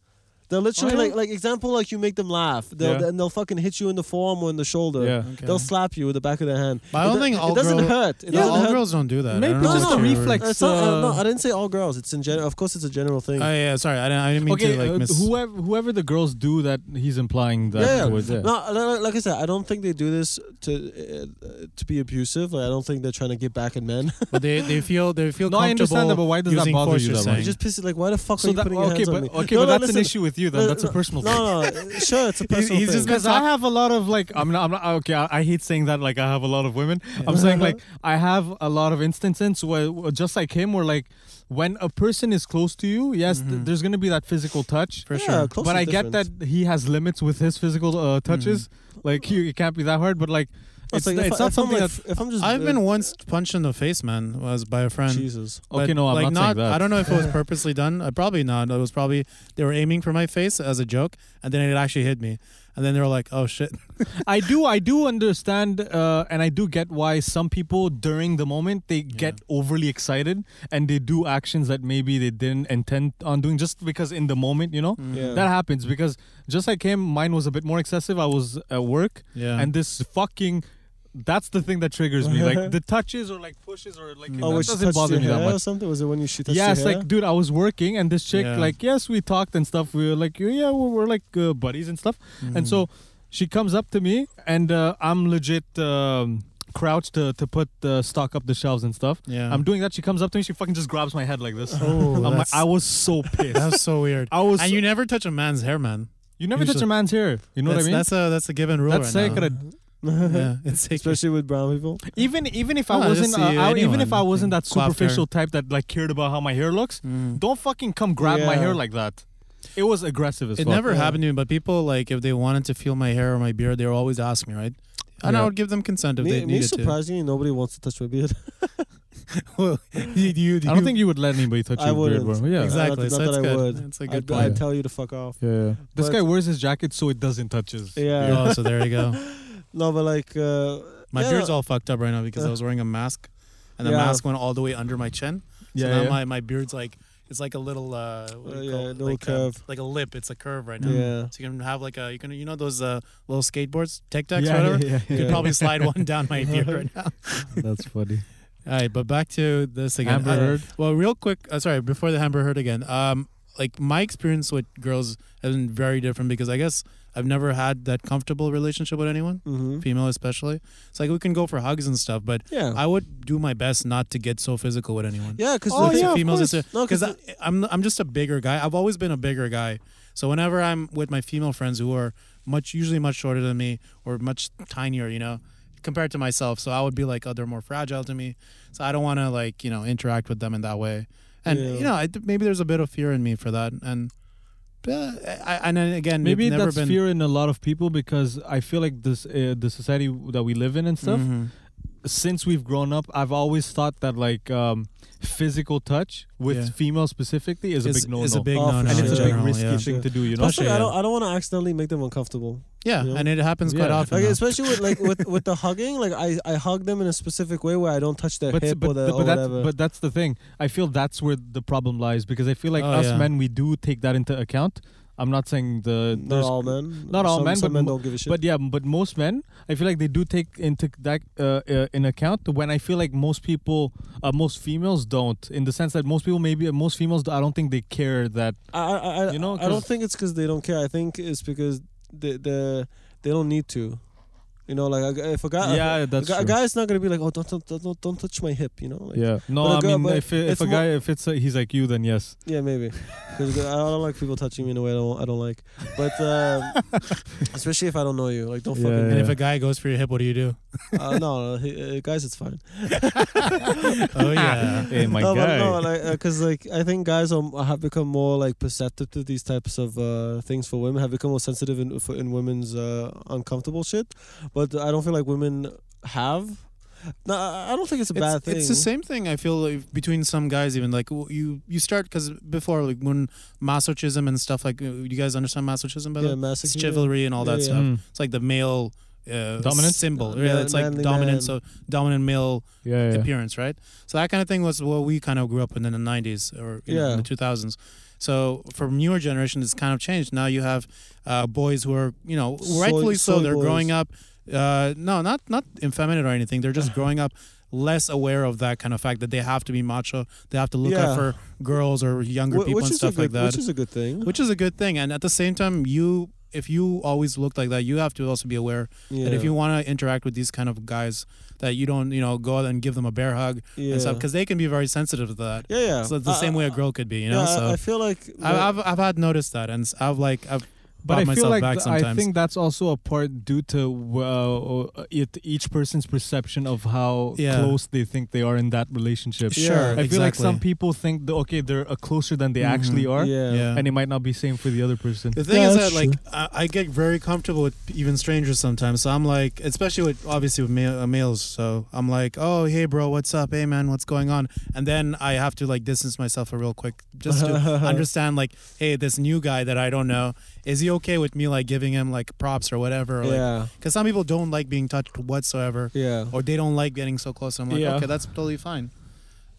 They'll literally
Oh, yeah.
like like example like you make them laugh. They'll
Yeah.
and they'll fucking hit you in the forearm or in the shoulder.
yeah.
Okay.
They'll slap you with the back of their hand.
But I
It
don't
do-
think all
it doesn't
girl-
hurt. It
Yeah,
doesn't
all
hurt.
girls don't do that. I
Maybe
don't know
it's
what
just a
you're-
reflex.
It's not, uh,
uh,
no, I didn't say all girls. It's in general. Of course, it's a general thing.
Oh, yeah, sorry. I didn't, I didn't mean
Okay,
to like
uh,
miss.
whoever whoever the girls do that, he's implying that
Yeah, yeah.
towards it.
No, no, no, like I said, I don't think they do this to uh, uh, to be abusive. Like, I don't think they're trying to get back at men.
but they, they feel they feel
No, I
comfortable.
understand that, but why does that
using
bother
force,
you
you're
that much?
saying.
It just pisses. Like, why the fuck are
So
you
that
putting your
okay,
hands on
but
me?
okay,
No,
but
no,
that's
listen.
an issue with you. Then
No,
that's a
no,
personal thing.
No, no, sure, it's a
He's-
personal
he's
thing.
just
because I have a lot of like I'm not, I'm not okay. I, I hate saying that like I have a lot of women. I'm saying like I have a lot of instances where where just like him, where like when a person is close to you, yes, th- there's gonna be that physical touch.
for
Yeah,
sure.
Mm-hmm. close
but
is
I get
different. Mm-hmm.
that he has limits with his physical uh, touches. Like he, it can't be that hard. But like it's,
like,
it's not
if I- if I'm,
something
like,
that.
if I'm just
I've
uh,
been once punched in the face, man, was by a friend.
Jesus.
But,
okay, no, I'm
like
not, saying that.
I don't know if it was purposely done. Uh, probably not. It was probably they were aiming for my face as a joke, and then it actually hit me. And then they were like, "Oh shit!"
I do I do understand uh, and I do get why some people during the moment they get overly excited and they do actions that maybe they didn't intend on doing just because in the moment, you know?
Yeah.
That happens because just like him, mine was a bit more excessive. I was at work
Yeah.
and this fucking that's the thing that triggers me. Like the touches or like pushes or like
Oh,
that
which
doesn't bother me that
Or
much.
something? Was it when you she touched
Yes,
your hair?
like dude, I was working and this chick,
Yeah.
like, yes, we talked and stuff. We were like, yeah, we're, we're like uh, buddies and stuff. And
Mm.
so she comes up to me and uh, I'm legit um, crouched to, to put the stock up the shelves and stuff.
Mm-hmm. Yeah.
I'm doing that. She comes up to me. She fucking just grabs my head like this.
Oh,
I'm like,
that's-
I was so
that
pissed.
was so weird.
I was.
and you never touch a man's hair, man.
you never touch
usually-
a man's hair. You know
that's,
what I mean?
That's a that's a given rule
That's
right
sacred.
now. yeah, it's sacred.
especially with brown people.
Even even if
No,
I
I just
wasn't, uh,
see
I, even
anyone,
if I wasn't
like,
that
coiffed hair.
superficial type that like cared about how my hair looks,
Mm.
don't fucking come grab my
Yeah.
hair like that. It was aggressive as
It
fuck.
never
yeah.
happened to me, but people like if they wanted to feel my hair or my beard, they would always ask me, right? And I
Yeah.
would give them consent if
Me,
they
me
needed to.
surprisingly, nobody wants to touch my beard.
Well, you- you-
I don't
you-
think you would let anybody touch
I
your beard,
wouldn't.
bro. Yeah.
Exact-
exactly.
not
so
that
that's
I
good.
would.
That's a
I'd,
good
I'd
point.
tell you to fuck off.
Yeah, yeah. This
But-
guy wears his jacket so it doesn't touch his.
Yeah.
Oh, so there you go.
No, but like uh,
My
yeah,
beard's all fucked up right now because I was wearing a mask, and the
Yeah.
mask went all the way under my chin. So
Yeah,
now
yeah.
my, my beard's like it's like a little uh, what do
Uh,
you
yeah,
call it?
little
like
curve.
A, like a lip. It's a curve right now.
Yeah.
So you can have like a you can you know those uh, little skateboards tic tacs
Yeah,
or whatever.
yeah, yeah,
You
yeah.
could probably slide one down my beard right now.
That's funny.
All right, but back to this again.
Amber
Uh,
Heard.
Well, real quick, uh, sorry, before the Amber Heard again. Um, like my experience with girls has been very different because I guess I've never had that comfortable relationship with anyone,
Mm-hmm.
female especially. It's like we can go for hugs and stuff, but
Yeah.
I would do my best not to get so physical with anyone.
yeah, because
Oh,
With
yeah, of
females, it's
course.
a-
No, 'cause
because I- I'm I'm just a bigger guy. I've always been a bigger guy. So whenever I'm with my female friends who are much usually much shorter than me or much tinier, you know, compared to myself, so I would be like, oh, they're more fragile to me. So I don't want to like you know interact with them in that way. And
Yeah.
you know, I, maybe there's a bit of fear in me for that. And uh, I, I- and then again,
Maybe
we've never
that's
been,
fear in a lot of people because I feel like this uh, the society that we live in and stuff.
Mhm.
since we've grown up, I've always thought that like um, physical touch with
Yeah.
female specifically is, a big no-no,
Is a big
Oh, for
no no.
and it's
in
a
general,
big risky
yeah.
thing to do. You know,
Plus, like, I
yeah.
don't, I don't want to accidentally make them uncomfortable.
Yeah,
Yeah.
and it happens quite
Yeah.
often.
Like
now.
especially with like with with the hugging, like I I hug them in a specific way where I don't touch their
but,
hip or,
but,
their,
but,
or
that's,
whatever.
but that's the thing. I feel that's where the problem lies because I feel like
Oh,
us
yeah.
men we do take that into account. I'm not saying the
not
there's-
all men.
not all
Some-
men,
Some
but
men
mo-
don't give a shit.
But yeah, but most men, I feel like they do take into that uh, uh, in account. When I feel like most people, uh, most females don't, in the sense that most people maybe most females, I don't think they care that.
I, I, I,
You know,
I don't
'cause-
think it's because they don't care. I think it's because they they they don't need to. You know, like a- if a guy,
yeah,
Uh, a,
that's
guy, a
true.
guy's not gonna be like, oh, don't don't don't, don't touch my hip. You know, like,
yeah. No,
But a
I
girl-
mean,
but
if if
it's
a
more-
guy, if it's a, he's like you, then yes.
yeah, maybe. Because I don't like people touching me in a way I don't I don't like. But um, especially if I don't know you, like don't
Yeah,
fucking.
and if
yeah.
a guy goes for your hip, what do you do?
Uh, no, no, he- uh, guys, it's fine.
Oh yeah.
Hey, my
no,
guy.
But no, like, because like I think guys are, have become more like perceptive to these types of uh, things for women. Have become more sensitive in for, in women's uh, uncomfortable shit. But I don't feel like women have. No, I I don't think it's a bad
it's,
thing.
it's the same thing. I feel like between some guys, even like w- you, you start because before like when masochism and stuff like uh, you guys understand masochism by the
Yeah,
way? It's
masochism.
chivalry and all that
Yeah,
stuff.
Mm.
It's like the male uh,
Dominance?
symbol.
Yeah,
Yeah, it's like
manly man.
dominant. So dominant male
yeah, yeah.
appearance, right? So that kind of thing was what we kind of grew up in in the '90s or you know,
Yeah.
in the 2000s. So for newer generation, it's kind of changed. Now you have uh, boys who are, you know,
Soy-
rightfully so,
soy
they're
boys.
growing up. Uh, no, not not effeminate or anything. They're just growing up less aware of that kind of fact that they have to be macho. They have to look
Yeah.
out for girls or younger
Wh-
people
which
and
is
stuff
a good,
like that
Which is a good thing.
which is a good thing. And at the same time, you if you always look like that, you have to also be aware
yeah.
that if you want to interact with these kind of guys, that you don't you know go out and give them a bear hug
yeah.
and stuff because they can be very sensitive to that.
yeah, yeah.
So it's the
I-
same way a
I-
girl could be, you know.
yeah, I-
so
I feel like
I, I've I've had noticed that, and s- I've like I've
But
bought
I feel
myself
like
back
th-
sometimes.
I think that's also a part due to uh, it, each person's perception of how
Yeah.
close they think they are in that relationship.
Yeah.
sure,
I
I feel like some
exactly.
people think that, okay, they're uh, closer than they
Mhm.
actually are,
yeah.
yeah.
and it might not be same for the other person.
The thing is
Yeah, that's
that like I, I get very comfortable with even strangers sometimes. So I'm like, especially with obviously with ma- uh, males. So I'm like, oh hey bro, what's up? Hey man, what's going on? And then I have to like distance myself a real quick just to understand like, hey, this new guy that I don't know, is he okay with me like giving him like props or whatever? Or, like,
yeah,
because some people don't like being touched whatsoever,
yeah.
or they don't like getting so close. I'm like,
Yeah.
okay, that's totally fine.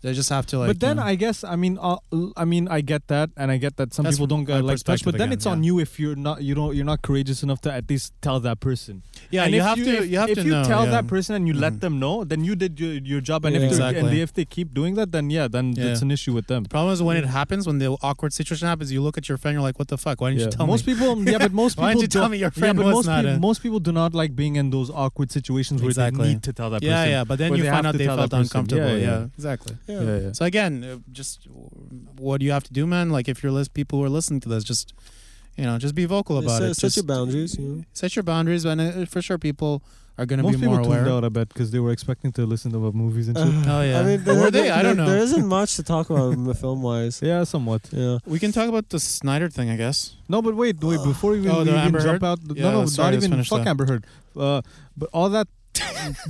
They just have to like.
but then
you know,
I guess I mean uh, l- I mean I get that, and I get that some
That's
people don't
my
get like touch.
perspective
But then
again,
it's on
yeah.
you if you're not you don't you're not courageous enough to at least tell that person.
yeah,
And
you
if
have to
if,
you have
if
to
you
know,
tell
yeah.
that person and you
Mhm.
let them know, then you did your, your job. And
Yeah.
if they're- and
Exactly.
they, if they keep doing that, then yeah, then
Yeah.
it's an issue with them.
The problem is when it happens, when the awkward situation happens, you look at your friend, you're like, what the fuck? Why didn't
Yeah.
you tell
most
me?
people, yeah, but most people
Why didn't you tell
don't-
me your
yeah,
friend
but
was
most,
not
people,
a-
most people do not like being in those awkward situations where
Exactly.
they need to tell that
Yeah,
person.
yeah. But then
Where
you
they
find
have
out
to
they
tell
felt
that person.
uncomfortable.
Yeah,
Yeah,
yeah.
exactly.
yeah.
yeah, yeah.
So again, uh, just what do you have to do, man? Like if you're list people who are listening to this, just you know, just be vocal about
set,
it.
set
Just
your boundaries. You know?
set your boundaries, and uh, for sure, people are gonna
Most
be more
people tuned
aware.
out, I bet, because they were expecting to listen to about movies and shit.
Oh yeah.
I mean,
Or were they? I don't
there- There
know.
isn't much to talk about film wise.
Yeah, somewhat.
Yeah.
We can talk about the Snyder thing, I guess.
No, but wait, wait. Before we even,
Oh,
we
the
even
Amber
jump
Heard?
out,
Yeah,
no, no,
sorry,
not
let's
even
finish
fuck
that.
Amber Heard. Uh, but all that,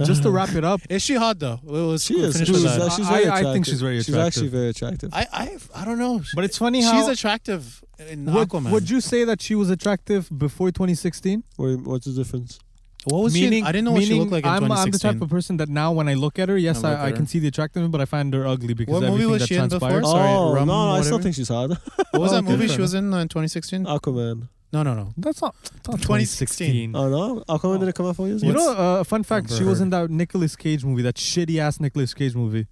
just to wrap it up,
Is she hot though? Well, let's
She is.
finish
She's,
with
Dude,
that.
uh,
she's
I-
very
I
attractive.
think she's very
She's actually very attractive.
I, I I don't know.
but it's funny how
She's attractive in
would,
Aquaman.
would you say that she was attractive before 2016?
What, what's the difference?
What was she? in- I didn't know what she
meaning
looked like in
I'm, I'm the
2016.
type of person that now when I look at her, yes,
I look
I, I
at
can
her.
see the attractiveness, but I find her ugly because
What movie
everything
was
that
she in before?
transpires.
sorry,
oh
rum,
no, no I still
whatever.
think she's hot.
what was
Oh,
that
okay,
movie
fair
she was in uh, in 2016?
Aquaman.
no, no, no.
That's not, that's not
2016.
2016.
Oh no, Aquaman didn't come out four years.
you
ago?
know, uh, fun fact:
Amber
she was
Heard.
in that Nicolas Cage movie, that shitty ass Nicolas Cage movie,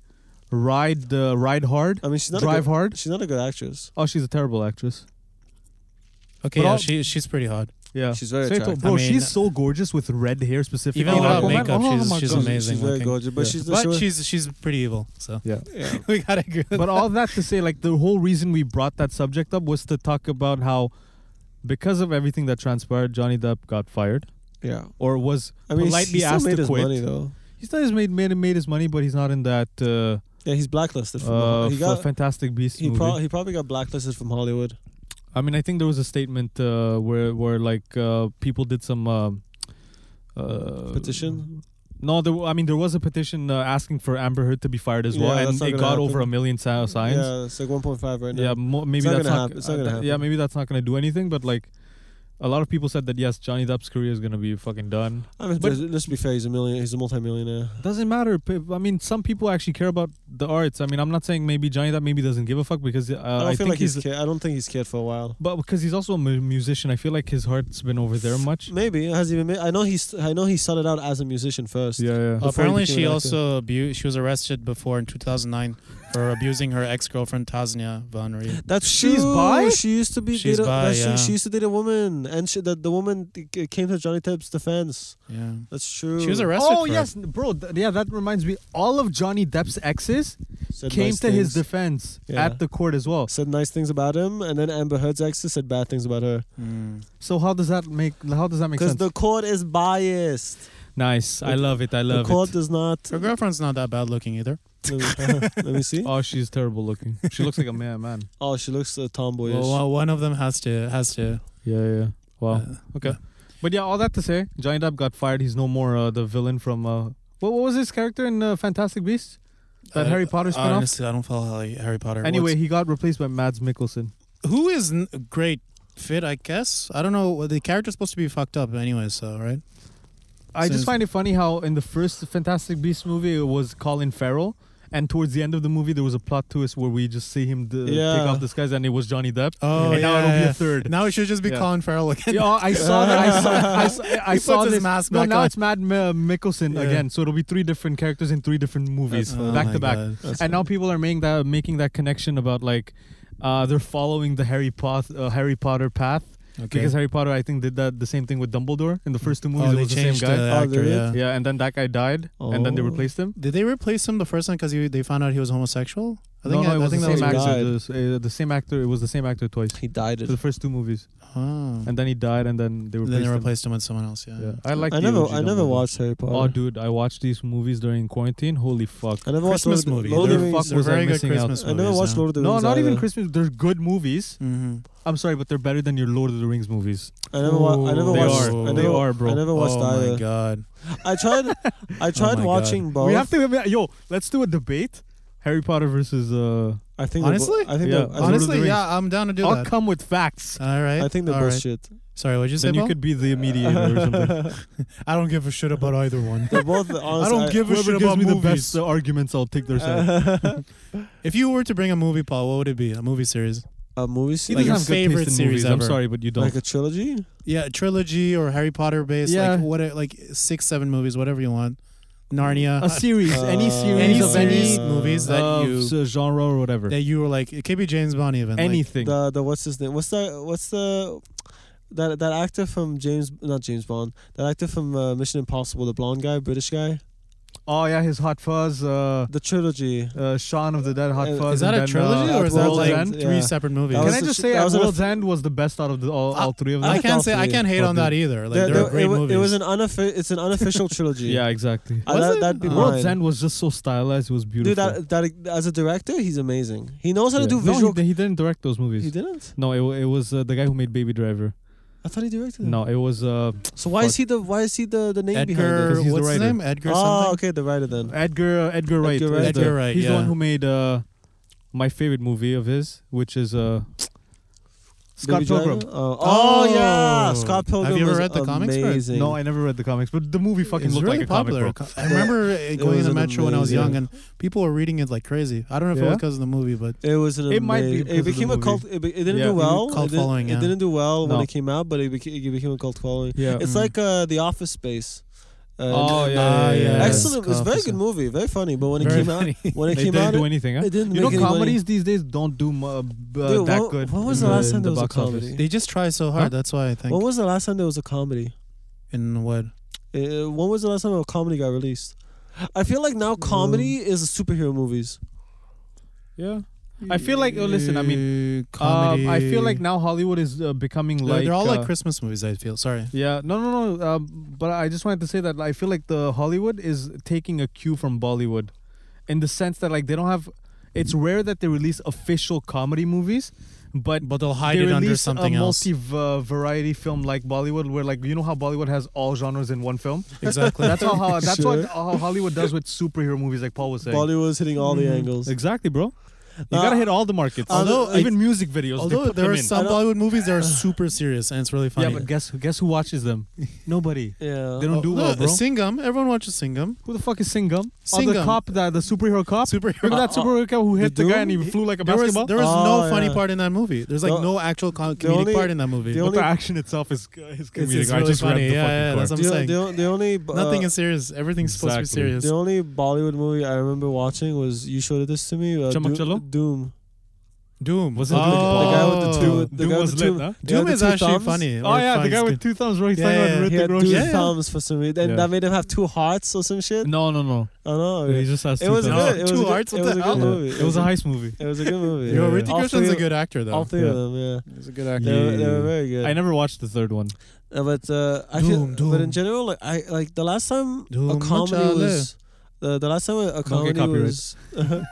Ride the Ride Hard,
I mean, she's not
Drive
a good,
Hard.
She's not a good actress.
Oh, she's a terrible actress.
Okay,
But
yeah,
all-
she she's pretty hot.
Yeah.
She's very
Say to-
attractive.
bro,
I mean-
she's so gorgeous with red hair specifically.
Even
in
without
Aquaman.
makeup,
Oh
she's-
my
she's
God.
amazing
She's very
looking.
gorgeous, but
Yeah.
she's the
But
she was-
she's she's pretty evil. So
Yeah.
yeah.
we gotta agree. With
But all that to say, like the whole reason we brought that subject up was to talk about how, because of everything that transpired, Johnny Depp got fired
yeah.
or was
I mean,
politely
he still
asked
made
to
his
quit.
money though.
He's not he's made, made made his money, but he's not in that uh,
Yeah, he's blacklisted. From
uh,
Hollywood. he got.
f- Fantastic Beast
He,
movie.
pro- he probably got blacklisted from Hollywood.
I mean, I think there was a statement uh, where where like uh, people did some. um uh,
Petition?
No, there, w- I mean there was a petition uh, asking for Amber Heard to be fired as well,
Yeah,
and
that's not
it
gonna
got over
happen.
a million si- signs.
Yeah, it's like 1.5 right now.
Yeah, mo- maybe
not
that's
gonna
not.
happen. It's not
uh,
gonna
th- yeah,
happen.
maybe that's not gonna do anything. But like, a lot of people said that yes, Johnny Depp's career is gonna be fucking done.
I mean,
But- Uh,
but let's be fair. He's a million. He's a multi-millionaire.
Doesn't matter. p- I mean, some people actually care about the arts. I mean, I'm not saying maybe Johnny Depp maybe doesn't give a fuck because uh,
I
I,
don't feel
think
like
he's,
he's. cared. I don't think he's cared for a while.
but because he's also a mu- musician, I feel like his heart's been over there much.
Maybe it hasn't even. Made, I know he's. I know he started out as a musician first.
yeah.
he
Apparently,
became
she
an actor.
also abused. She was arrested before in 2009 for abusing her ex girlfriend Tasnia Van Reed.
That's
She's
true.
bi?
She used to be.
She's
date a,
bi,
that's-
yeah.
she, she used to date a woman, and she, the, the woman c- came to Johnny Depp's defense.
Yeah,
That's true.
she was arrested.
Oh
for it.
yes, bro. Th- yeah, that reminds me. All of Johnny Depp's exes
Said
came
nice
to his
things.
defense
Yeah.
at the court as well.
said nice things about him, and then Amber Heard's ex said bad things about her.
Mm.
So how does that make? How does that make
Because
sense?
the court is biased.
nice. I
the-
love it. I
The
love
court
it.
does not.
Her girlfriend's not that bad looking either.
let, me, let me see.
Oh, she's terrible looking. She looks like a man, man.
Oh, she looks uh, tomboyish.
Well, one- one of them has to has to.
Yeah, yeah. Wow.
uh,
okay. But yeah, all that to say, Johnny Depp got fired. He's no more uh, the villain from uh, what, what was his character in uh, Fantastic Beasts? That
uh,
Harry Potter spin-off?
Honestly, I don't follow Harry, Harry Potter.
Anyway, he got replaced by Mads Mikkelsen.
What's- who is n- great fit? I guess I don't know. The character's supposed to be fucked up anyway, so right.
I just
Since-
find it funny how in the first Fantastic Beasts movie it was Colin Farrell, and towards the end of the movie there was a plot twist where we just see him d- take
Yeah.
off disguise, and it was Johnny Depp.
Oh,
and now
yeah,
it'll be
yeah.
a third.
Now it should just be
Yeah.
Colin Farrell again.
Yeah, I saw that. I saw. I saw, I
He
saw
puts his
this.
mask
no,
back
now
on.
it's Mad Mickelson
Yeah.
again. So it'll be three different characters in three different movies,
Oh
back
my
to back.
God.
That's
And now people are making that making that connection about like uh, they're following the Harry Potter uh, Harry Potter path
Okay.
because Harry Potter I think did that the same thing with Dumbledore in the first two movies.
oh,
it
they
was the same
changed
guy.
the
Oh,
actor.
they did?
yeah.
yeah, and then that guy died, and then they
Oh.
replaced him.
Did they replace him the first time because they found out he was homosexual? I
no,
think
no,
I,
it was
I think
the
that
same
was-
actor.
Died.
The, s- uh, the same actor. It was the same actor twice
he died.
for
It.
the first two movies,
Oh.
and then he died, and then they replaced
then they
him.
replaced him with someone else. Yeah.
Yeah, I like.
I
the
never.
OG
I never
Dumbledore.
watched uh, Harry Potter.
Oh, dude, I watched these movies during quarantine. Holy fuck.
I never watched
Christmas
Lord,
movie.
Lord of the
They're
Rings.
fuck- was I
very good
missing out?
Christmas
I
movies.
never watched
yeah.
Lord of the
No,
Rings.
not even
either.
Christmas. They're good movies.
Mm-hmm.
I'm sorry, but they're better than your Lord of the Rings movies.
I never, wa- I never
they
watched.
are.
I never,
they are, bro.
I never watched
oh my
either.
god. Oh
I tried. I tried
my God.
watching both.
We have to. Yo, let's do a debate. Harry Potter versus. Uh,
I think they're bo-
Honestly?
I think
Yeah.
they're, I think
Lord of the
Honestly,
Rings.
yeah, I'm down to do
I'll
that.
come with facts.
All right.
I think they're
all right.
bullshit.
Sorry, what'd you say?
Then you
Paul?
could be the mediator or something.
I don't give a shit about either one.
They're both. Honestly,
I don't give a
Whoever
shit
gives
about
me
movies.
the best uh, arguments, I'll take their side.
Uh,
if you were to bring a movie, Paul, what would it be? A movie series?
a movie
Like
series,
doesn't
your
have good taste
favorite
in
series.
movies
I'm
ever.
sorry, but you don't.
like a trilogy.
Yeah, a trilogy or Harry Potter based.
Yeah.
Like what? a- Like six, seven movies, whatever you want. Narnia.
a series, any
Uh,
series
any
of
series,
any
movies that
of
you-
s- genre or whatever,
that you were like, it could be James Bond even. like-
anything.
The the what's his name? What's the what's the that that actor from James not James Bond that actor from uh, Mission Impossible the blonde guy British guy
oh yeah, his Hot Fuzz, uh,
the trilogy
uh, Shaun of the Dead, Hot
Uh,
Fuzz.
is that
and
a
then, uh,
trilogy or is
At
that
World's
like
End,
three
yeah.
separate movies?
That
Can
was
I
the
just
sh-
say,
that
At
was in a
World's
f-
End was the best out of the, all, all three of them.
I
I
can't
thought
say I
so.
can't hate
Oh,
on
dude.
that either. Like
There-
they're
there-
great
it, wa-
movies.
it was an unoffi- it's an unofficial trilogy
yeah, exactly.
Uh,
Was
that,
it?
that'd be
Uh,
World's
mine.
End was just so stylized. It was beautiful.
Dude, that, that as a director, he's amazing. He knows how to
Yeah.
do
No,
visual.
he, di- he didn't direct those
he,
movies.
didn't.
No, it, wa- it was uh, the guy who made Baby Driver.
I thought he directed. it.
No, it was uh,
So why is he the why is he the the name
Edgar,
behind it?
'Cause he's the
what's his
writer.
name? Edgar
Oh,
something.
okay, the writer then.
Edgar uh, Edgar Wright.
Edgar
is
Wright.
the-
Edgar Wright,
He's the one
yeah.
who made uh, my favorite movie of his, which is uh, Scott
Baby Driver?
Pilgrim.
Oh, oh,
Oh.
yeah, Scott Pilgrim.
Have you ever
was
read the comics for it?
amazing.
No, I never read the comics, but the movie fucking
It's
looked
really
like a
popular.
comic book.
I remember it going in
was
the
an
metro when I was young,
amazing-
and people were reading it like crazy. I don't know if it
Yeah?
was because of the movie, but
It was an
It might be
amazing-
because of
It
the
became a
movie.
cult. It, be- it didn't
Yeah.
do
It
was
well.
cult
it, didn't,
following,
it
yeah.
didn't do well when
No.
it came out, but it, beca- it became a cult following.
Yeah.
It's
Mm.
like uh, The Office Space. Uh,
Oh yeah,
Ah,
yeah, yeah,
yeah.
yeah.
excellent. It was a very
Office,
good
yeah.
movie. Very funny, but when it
Very
came
funny.
out, when it
They
came
didn't
out,
do anything. Huh?
it didn't.
You know,
make any money.
comedies these days don't do mu- uh, b- uh,
Dude,
that
when,
good.
When
in
was the last
in
time there
the
was a
box office.
comedy?
they just try so hard.
Huh?
That's why I think.
When was the last time there was a comedy?
in what?
Uh, when was the last time a comedy got released? I feel like now comedy
Um,
is superhero movies.
Yeah, I feel like- oh, listen, I
mean,
um, I feel like now Hollywood is uh, becoming
they're,
like
they're all
uh,
like Christmas movies. I feel sorry.
Yeah, no, no, no. Um, but I just wanted to say that I feel like the Hollywood is taking a cue from Bollywood,
Mm-hmm.
in the sense that like they don't have. It's rare that they release official comedy movies, but
but they'll hide it under
released
something
a
else.
multi-variety film like Bollywood, where like you know how Bollywood has all genres in one film.
Exactly.
That's how, how that's
Sure.
what how Hollywood does with superhero movies, like Paul was saying.
Bollywood's hitting all
Mm-hmm.
the angles.
Exactly, bro. You
Uh,
gotta hit all the markets.
although, like-
even music videos, they
Although
put
there
them in.
are some
I don't-
Bollywood movies that are super serious and it's really
yeah,
funny.
but guess guess who watches them? Nobody.
Yeah.
They don't do well,
Look,
bro.
Oh, Singham. Everyone watches Singham.
Who the fuck is Singham? Oh, the
Singham.
cop, that the superhero cop.
Superhero.
Remember that superhero cop who hit
The
the guy and
Doom?
he flew like a
There was,
basketball.
there was
Oh,
no funny
yeah.
part in that movie. There's like
The-
no actual com-
the
comedic
only-
part in that movie.
the
but
only-
the action itself is is comedic.
it's
I
really
just
funny.
read the
Yeah,
fucking quote.
yeah, that's what I'm
The-
saying.
the, the only uh,
Nothing is serious. Everything's supposed to
exactly.
be serious.
The only Bollywood movie I remember watching was you showed this to me. Uh,
Chamak
Doom.
Chalo?
Doom.
Doom.
Was it
oh.
Doom?
The guy with the two. The
Doom
guy
was
with the two,
lit, huh?
the guy
Doom
with
is
the two
actually
thumbs.
funny.
Oh
or
yeah, the
funny.
guy with two thumbs where he's
Yeah, yeah,
talking
yeah.
about
He
Ruth
had two
Grocery.
Yeah.
thumbs for some reason, and
Yeah.
that made him have two hearts or some shit.
No, no, no.
I don't know.
He just has
it
two
was
thumbs.
good. It was
Two
a good,
hearts?
It
What
was
the
a
hell?
good
Yeah.
movie.
It was a heist movie.
It was a good movie.
Yo,
Yeah.
Hrithik
All
Roshan's
three-
a good actor, though.
All three
Yeah.
of them. Yeah.
He's a good
They were, they were very good.
I never watched the third one.
Uh, but uh, I
Doom,
feel, but in
doom.
general, like I like the last time a
Doom,
comedy
machale.
was the the last time a, a comedy
copyright.
was the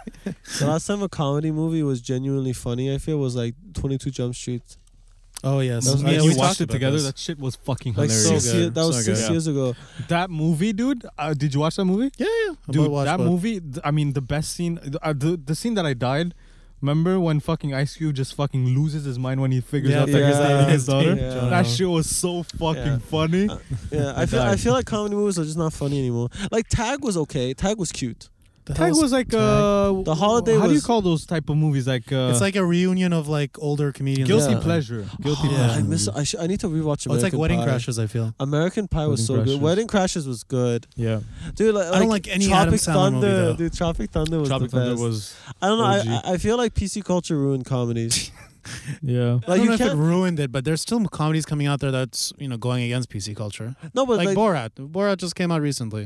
last time a comedy movie was genuinely funny. I feel was like Twenty Two Jump Street.
Oh yes,
That was me
Yeah,
and
we
you
Uh, watched
talked
it
about
together.
this.
That shit was fucking
Like
hilarious.
six
So
years,
good.
that was
So
six
good.
years ago.
That movie, dude. Uh, did you watch that movie?
yeah, yeah. I'm about
Dude,
to watch
that
both.
movie. th- I mean, the best scene. th- Uh, the the scene that I died. Remember when fucking Ice Cube just fucking loses his mind when he figures
Yeah,
out that he's
yeah.
dating his
Yeah.
daughter?
Yeah.
That shit was so fucking
Yeah.
funny.
Uh, Yeah, I
I
feel I
died.
feel like comedy movies are just not funny anymore. Like Tag was okay. Tag was cute.
The
Tag
hell's-
was like
Tag.
uh,
The Holiday
How do you
was-
call those type of movies? Like uh,
it's like a reunion of like older comedians.
guilty
Yeah.
pleasure. Guilty
Yeah.
pleasure.
Oh, I miss.
movie.
I, sh- I need to rewatch. American
Oh, it's like Wedding
Pie.
Crashers. I feel.
American Pie was so
Wedding
good.
Crashers.
Wedding Crashes was good,
Yeah,
dude. Like,
I don't like any Adam
Tropic
Sandler movie,
Thunder,
though.
dude. Tropic Thunder was
Tropic
the best.
Thunder was.
I don't know. I,
OG.
I I feel like PC culture ruined comedies.
Yeah,
I
like
don't
you
know if it
can't.
ruined it, but there's still comedies coming out there that's you know going against PC culture.
No, but
Like,
like,
Borat. Borat just came out recently.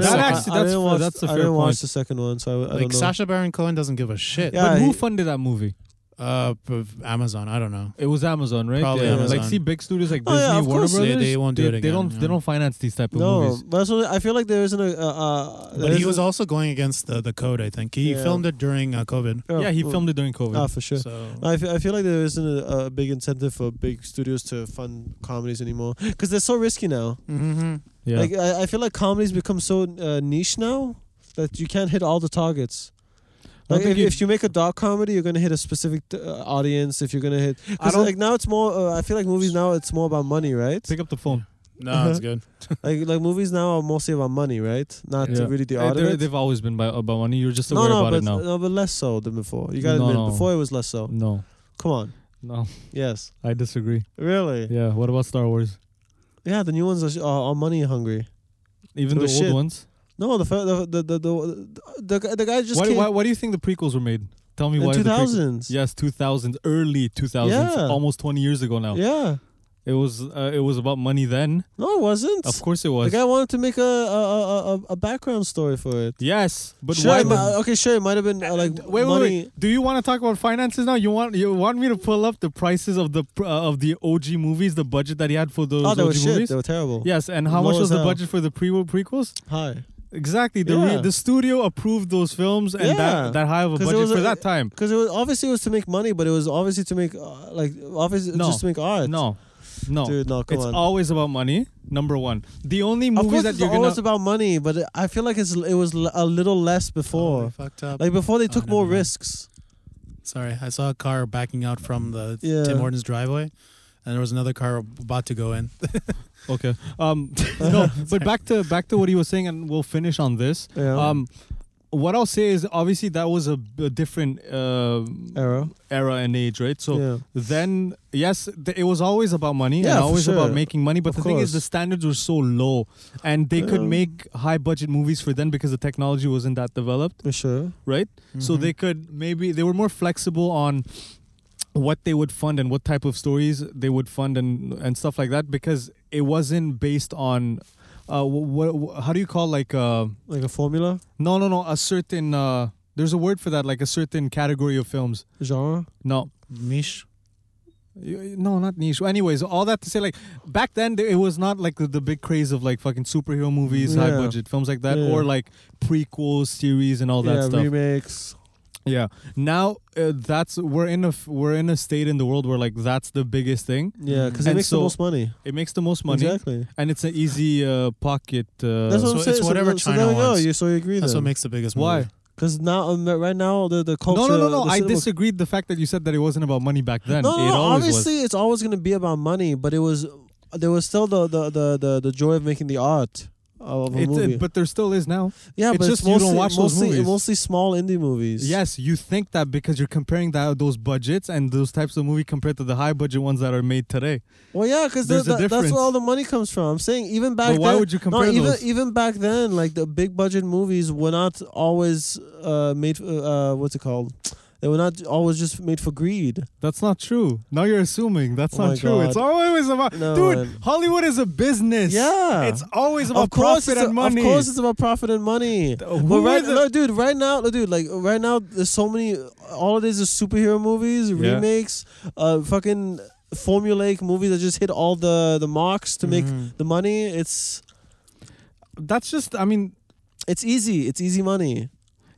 That
didn't,
actually-
Like,
I, I
that's
didn't
fair-
watch,
that's a
I
fair
didn't
point.
watch the second one, so I, I
like
don't know.
Sacha Baron Cohen doesn't give a shit.
Yeah,
but who
he-
funded that movie?
Uh, p- Amazon. I don't know.
It was Amazon, right?
Probably
Like,
Amazon.
see, big studios like
Oh,
Disney,
yeah, of
Warner
course.
Brothers,
They-
they won't do it
They
again,
don't.
yeah.
They don't finance these type of
no,
movies.
but that's what I I feel like there isn't a. Uh, uh, there
But he
isn't-
was also going against the, the code. I think he
Yeah.
filmed it during uh, COVID.
uh,
Yeah, he
uh,
filmed it during COVID.
Ah, for sure.
So
I fe- I feel like there isn't a, a big incentive for big studios to fund comedies anymore because they're so risky now.
mm-hmm.
yeah.
Like I, I feel like comedies become so uh, niche now that you can't hit all the targets.
I don't
Like
think
if,
you-
if you make a dark comedy, you're gonna hit a specific uh, audience. If you're gonna hit,
I
because
don't-
like now it's more. Uh, I feel like movies now it's more about money, right?
Pick up the phone.
Uh-huh.
no, it's good.
like like movies now are mostly about money, right? Not
Yeah.
really the
Uh,
art of
they're-
it.
They've always been by, about money. You're just
No,
aware
no,
about
but uh,
it now.
no, but less so than before. You gotta
No,
admit,
no.
before it was less so.
No,
Come on,
no,
yes,
I disagree.
really.
Yeah. What about Star Wars?
Yeah, the new ones are, sh- are, are money hungry.
Even
It
the
was
old
shit.
ones.
No, the fir- the the the the, the, the, the guy just
Why,
came
why, why do you think the prequels were made? Tell me
in
why. the
two
prequels-
thousands.
Yes, 2000s, early 2000s,
Yeah.
almost 20 years ago now.
yeah.
It was uh, it was about money then.
No, it wasn't.
Of course it
the
was.
guy wanted to make a a, a, a- a background story for it.
Yes, but
sure,
why?
it mi- okay, sure, it might have been uh, like
wait, wait,
money.
wait. Do you want to talk about finances now? You want you want me to pull up the prices of the pr- uh, of the OG movies, the budget that he had for those
Oh, they
OG
were shit.
movies?
They were terrible.
Yes, and how much
Low
was the
as hell.
budget for the pre prequels?
Hi.
Exactly. The
Yeah.
re- the studio approved those films and
Yeah.
that, that high of a
'Cause it
budget
was
for
a-
that time.
Because it was obviously it was to make money, but it was obviously to make uh, like obviously
No.
just to make art.
No, no,
dude, no, come
it's
on.
always about money. Number one, the only
of
movies
course,
that
it's
you're gonna
always about money, but it- I feel like it's it was l- a little less
Oh,
before.
fucked up.
like before they
Oh,
took
never
more
mind.
risks.
Sorry, I saw a car backing out from the
Yeah.
Tim Hortons driveway, and there was another car about to go in.
okay. Um, no, but back to back to what he was saying, and we'll finish on this.
Yeah.
Um, what I'll say is obviously that was a, a different uh,
Era.
era and age, right? So
yeah.
then, yes, th- it was always about money
Yeah,
and
for
always about
sure.
making money. But
Of
the thing is, the
course.
standards were so low, and they could
Um,
make high budget movies for then because the technology wasn't that developed,
For sure.
right?
Mm-hmm.
So they could maybe they were more flexible on what they would fund and what type of stories they would fund and and stuff like that because it wasn't based on uh what, how do you call like uh
Mm-hmm. Like a formula?
no, no, no. A certain uh, there's a word for that, like a certain category of films.
Genre?
No,
niche.
Y- y- no, not niche. Anyways, all that to say, like back then, th- it was not like the, the big craze of like fucking superhero movies, high
Yeah.
budget films like that,
Yeah.
or like prequels, series, and all that
yeah,
stuff.
remakes.
Yeah. Now uh, that's we're in a f- we're in a state in the world where like that's the biggest thing.
Yeah, because it
And
makes
so-
the most money.
It makes the most money,
Exactly.
and it's an easy uh, pocket. Uh,
That's
so
what I'm
it's
saying.
whatever
so,
China
so there we
wants.
Go. You, so you agree
That's what
then?
makes the biggest movie.
why?
Because now, um, right now, the the culture.
No, no, no, no.
the
I
cinema-
disagreed the fact that you said that it wasn't about money back then.
No, no,
it
no,
always
obviously, it's always going to be about money, but it was there was still the the the the, the joy of making the art
was.
of a
It's- it-
movie.
but there still is now.
yeah,
it's
but
just
it's
you don't
mostly,
watch those
mostly,
movies.
mostly small indie movies.
Yes, you think that because you're comparing that those budgets and those types of movie compared to the high budget ones that are made today.
Well, yeah, because
There's a
that's
difference.
where all the money comes from. I'm saying even back
but why
then,
would you
no,
compare
even
those?
even back then, like the big budget movies were not always uh, made. Uh, uh, what's it called? They were not always just made for greed.
That's not true. Now you're assuming. That's
Oh my
not true. It's always about
No,
dude.
man.
Hollywood is a business.
Yeah,
It's always about
of course,
profit
it's a-
and money.
Of course, it's about profit and money.
Th- who
But
are
right,
the-
no, dude, right now, no, dude, like right now, there's so many. All it is is superhero movies,
Yeah.
remakes, uh, fucking formulaic movies that just hit all the the marks to
Mhm.
Mm-hmm.
make the money. It's
That's just. I mean,
it's easy. It's easy money.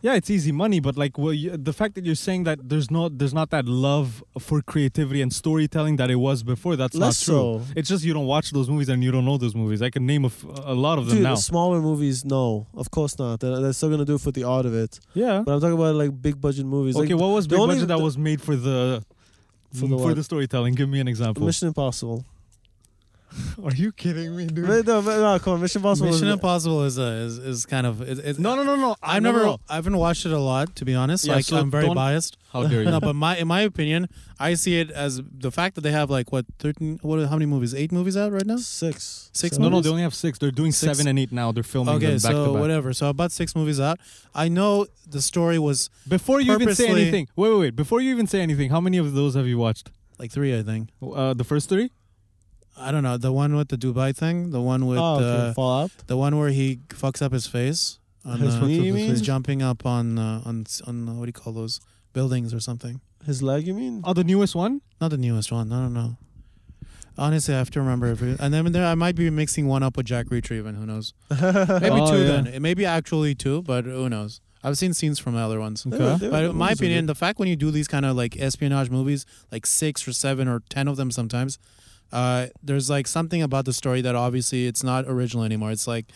yeah, it's easy money, but like, well, you, the fact that you're saying that there's not there's not that love for creativity and storytelling that it was before. That's
Less
not true.
so.
It's just you don't watch those movies and you don't know those movies. I can name a, f- a lot of them
Dude,
now.
the smaller movies, no, of course not. They're, they're still gonna do it for the art of it.
Yeah.
But I'm talking about like big budget movies.
Okay,
like
what was
the
big
only-
budget that
the-
was made for the
For
for
the
the,
what?
storytelling? Give me an example.
Mission Impossible.
Are you kidding me, dude?
Wait, no, no, no, come on, Mission Impossible.
Mission
was-
Impossible is a is, is kind of it, it,
No, no, no, no.
I've
no,
never
no, no.
I haven't watched it a lot to be honest.
Yeah,
like
so
I'm very
don't-
biased.
How dare you?
no, but my in my opinion, I see it as the fact that they have like what thirteen what how many movies? Eight movies out right now?
Six.
Six
no, no,
movies?
they only have six. They're doing
Six.
seven and eight now. They're filming
Okay,
them back
so
to back.
whatever. So about six movies out. I know the story was
Before you even say
Purposely-
anything, wait, wait, wait. Before you even say anything, how many of those have you watched?
like three, I think.
Uh, the first three?
I don't know the one with the Dubai thing, the one with
oh,
uh,
okay. Fallout.
the one where he fucks up his face on
His
the,
what you
he's
mean?
jumping up on uh, on s- on uh, what do you call those buildings or something.
His leg, you mean?
Oh, the newest one?
Not the newest one. I don't know. Honestly, I have to remember. If it, and then there, I might be mixing one up with Jack Reacher. Even who knows? Maybe
Oh,
two.
yeah.
Then it may be actually two, but who knows? I've seen scenes from other ones.
Okay.
But in my opinion, the fact when you do these kind of like espionage movies, like six or seven or ten of them sometimes, uh, there's like something about the story that obviously it's not original anymore. It's like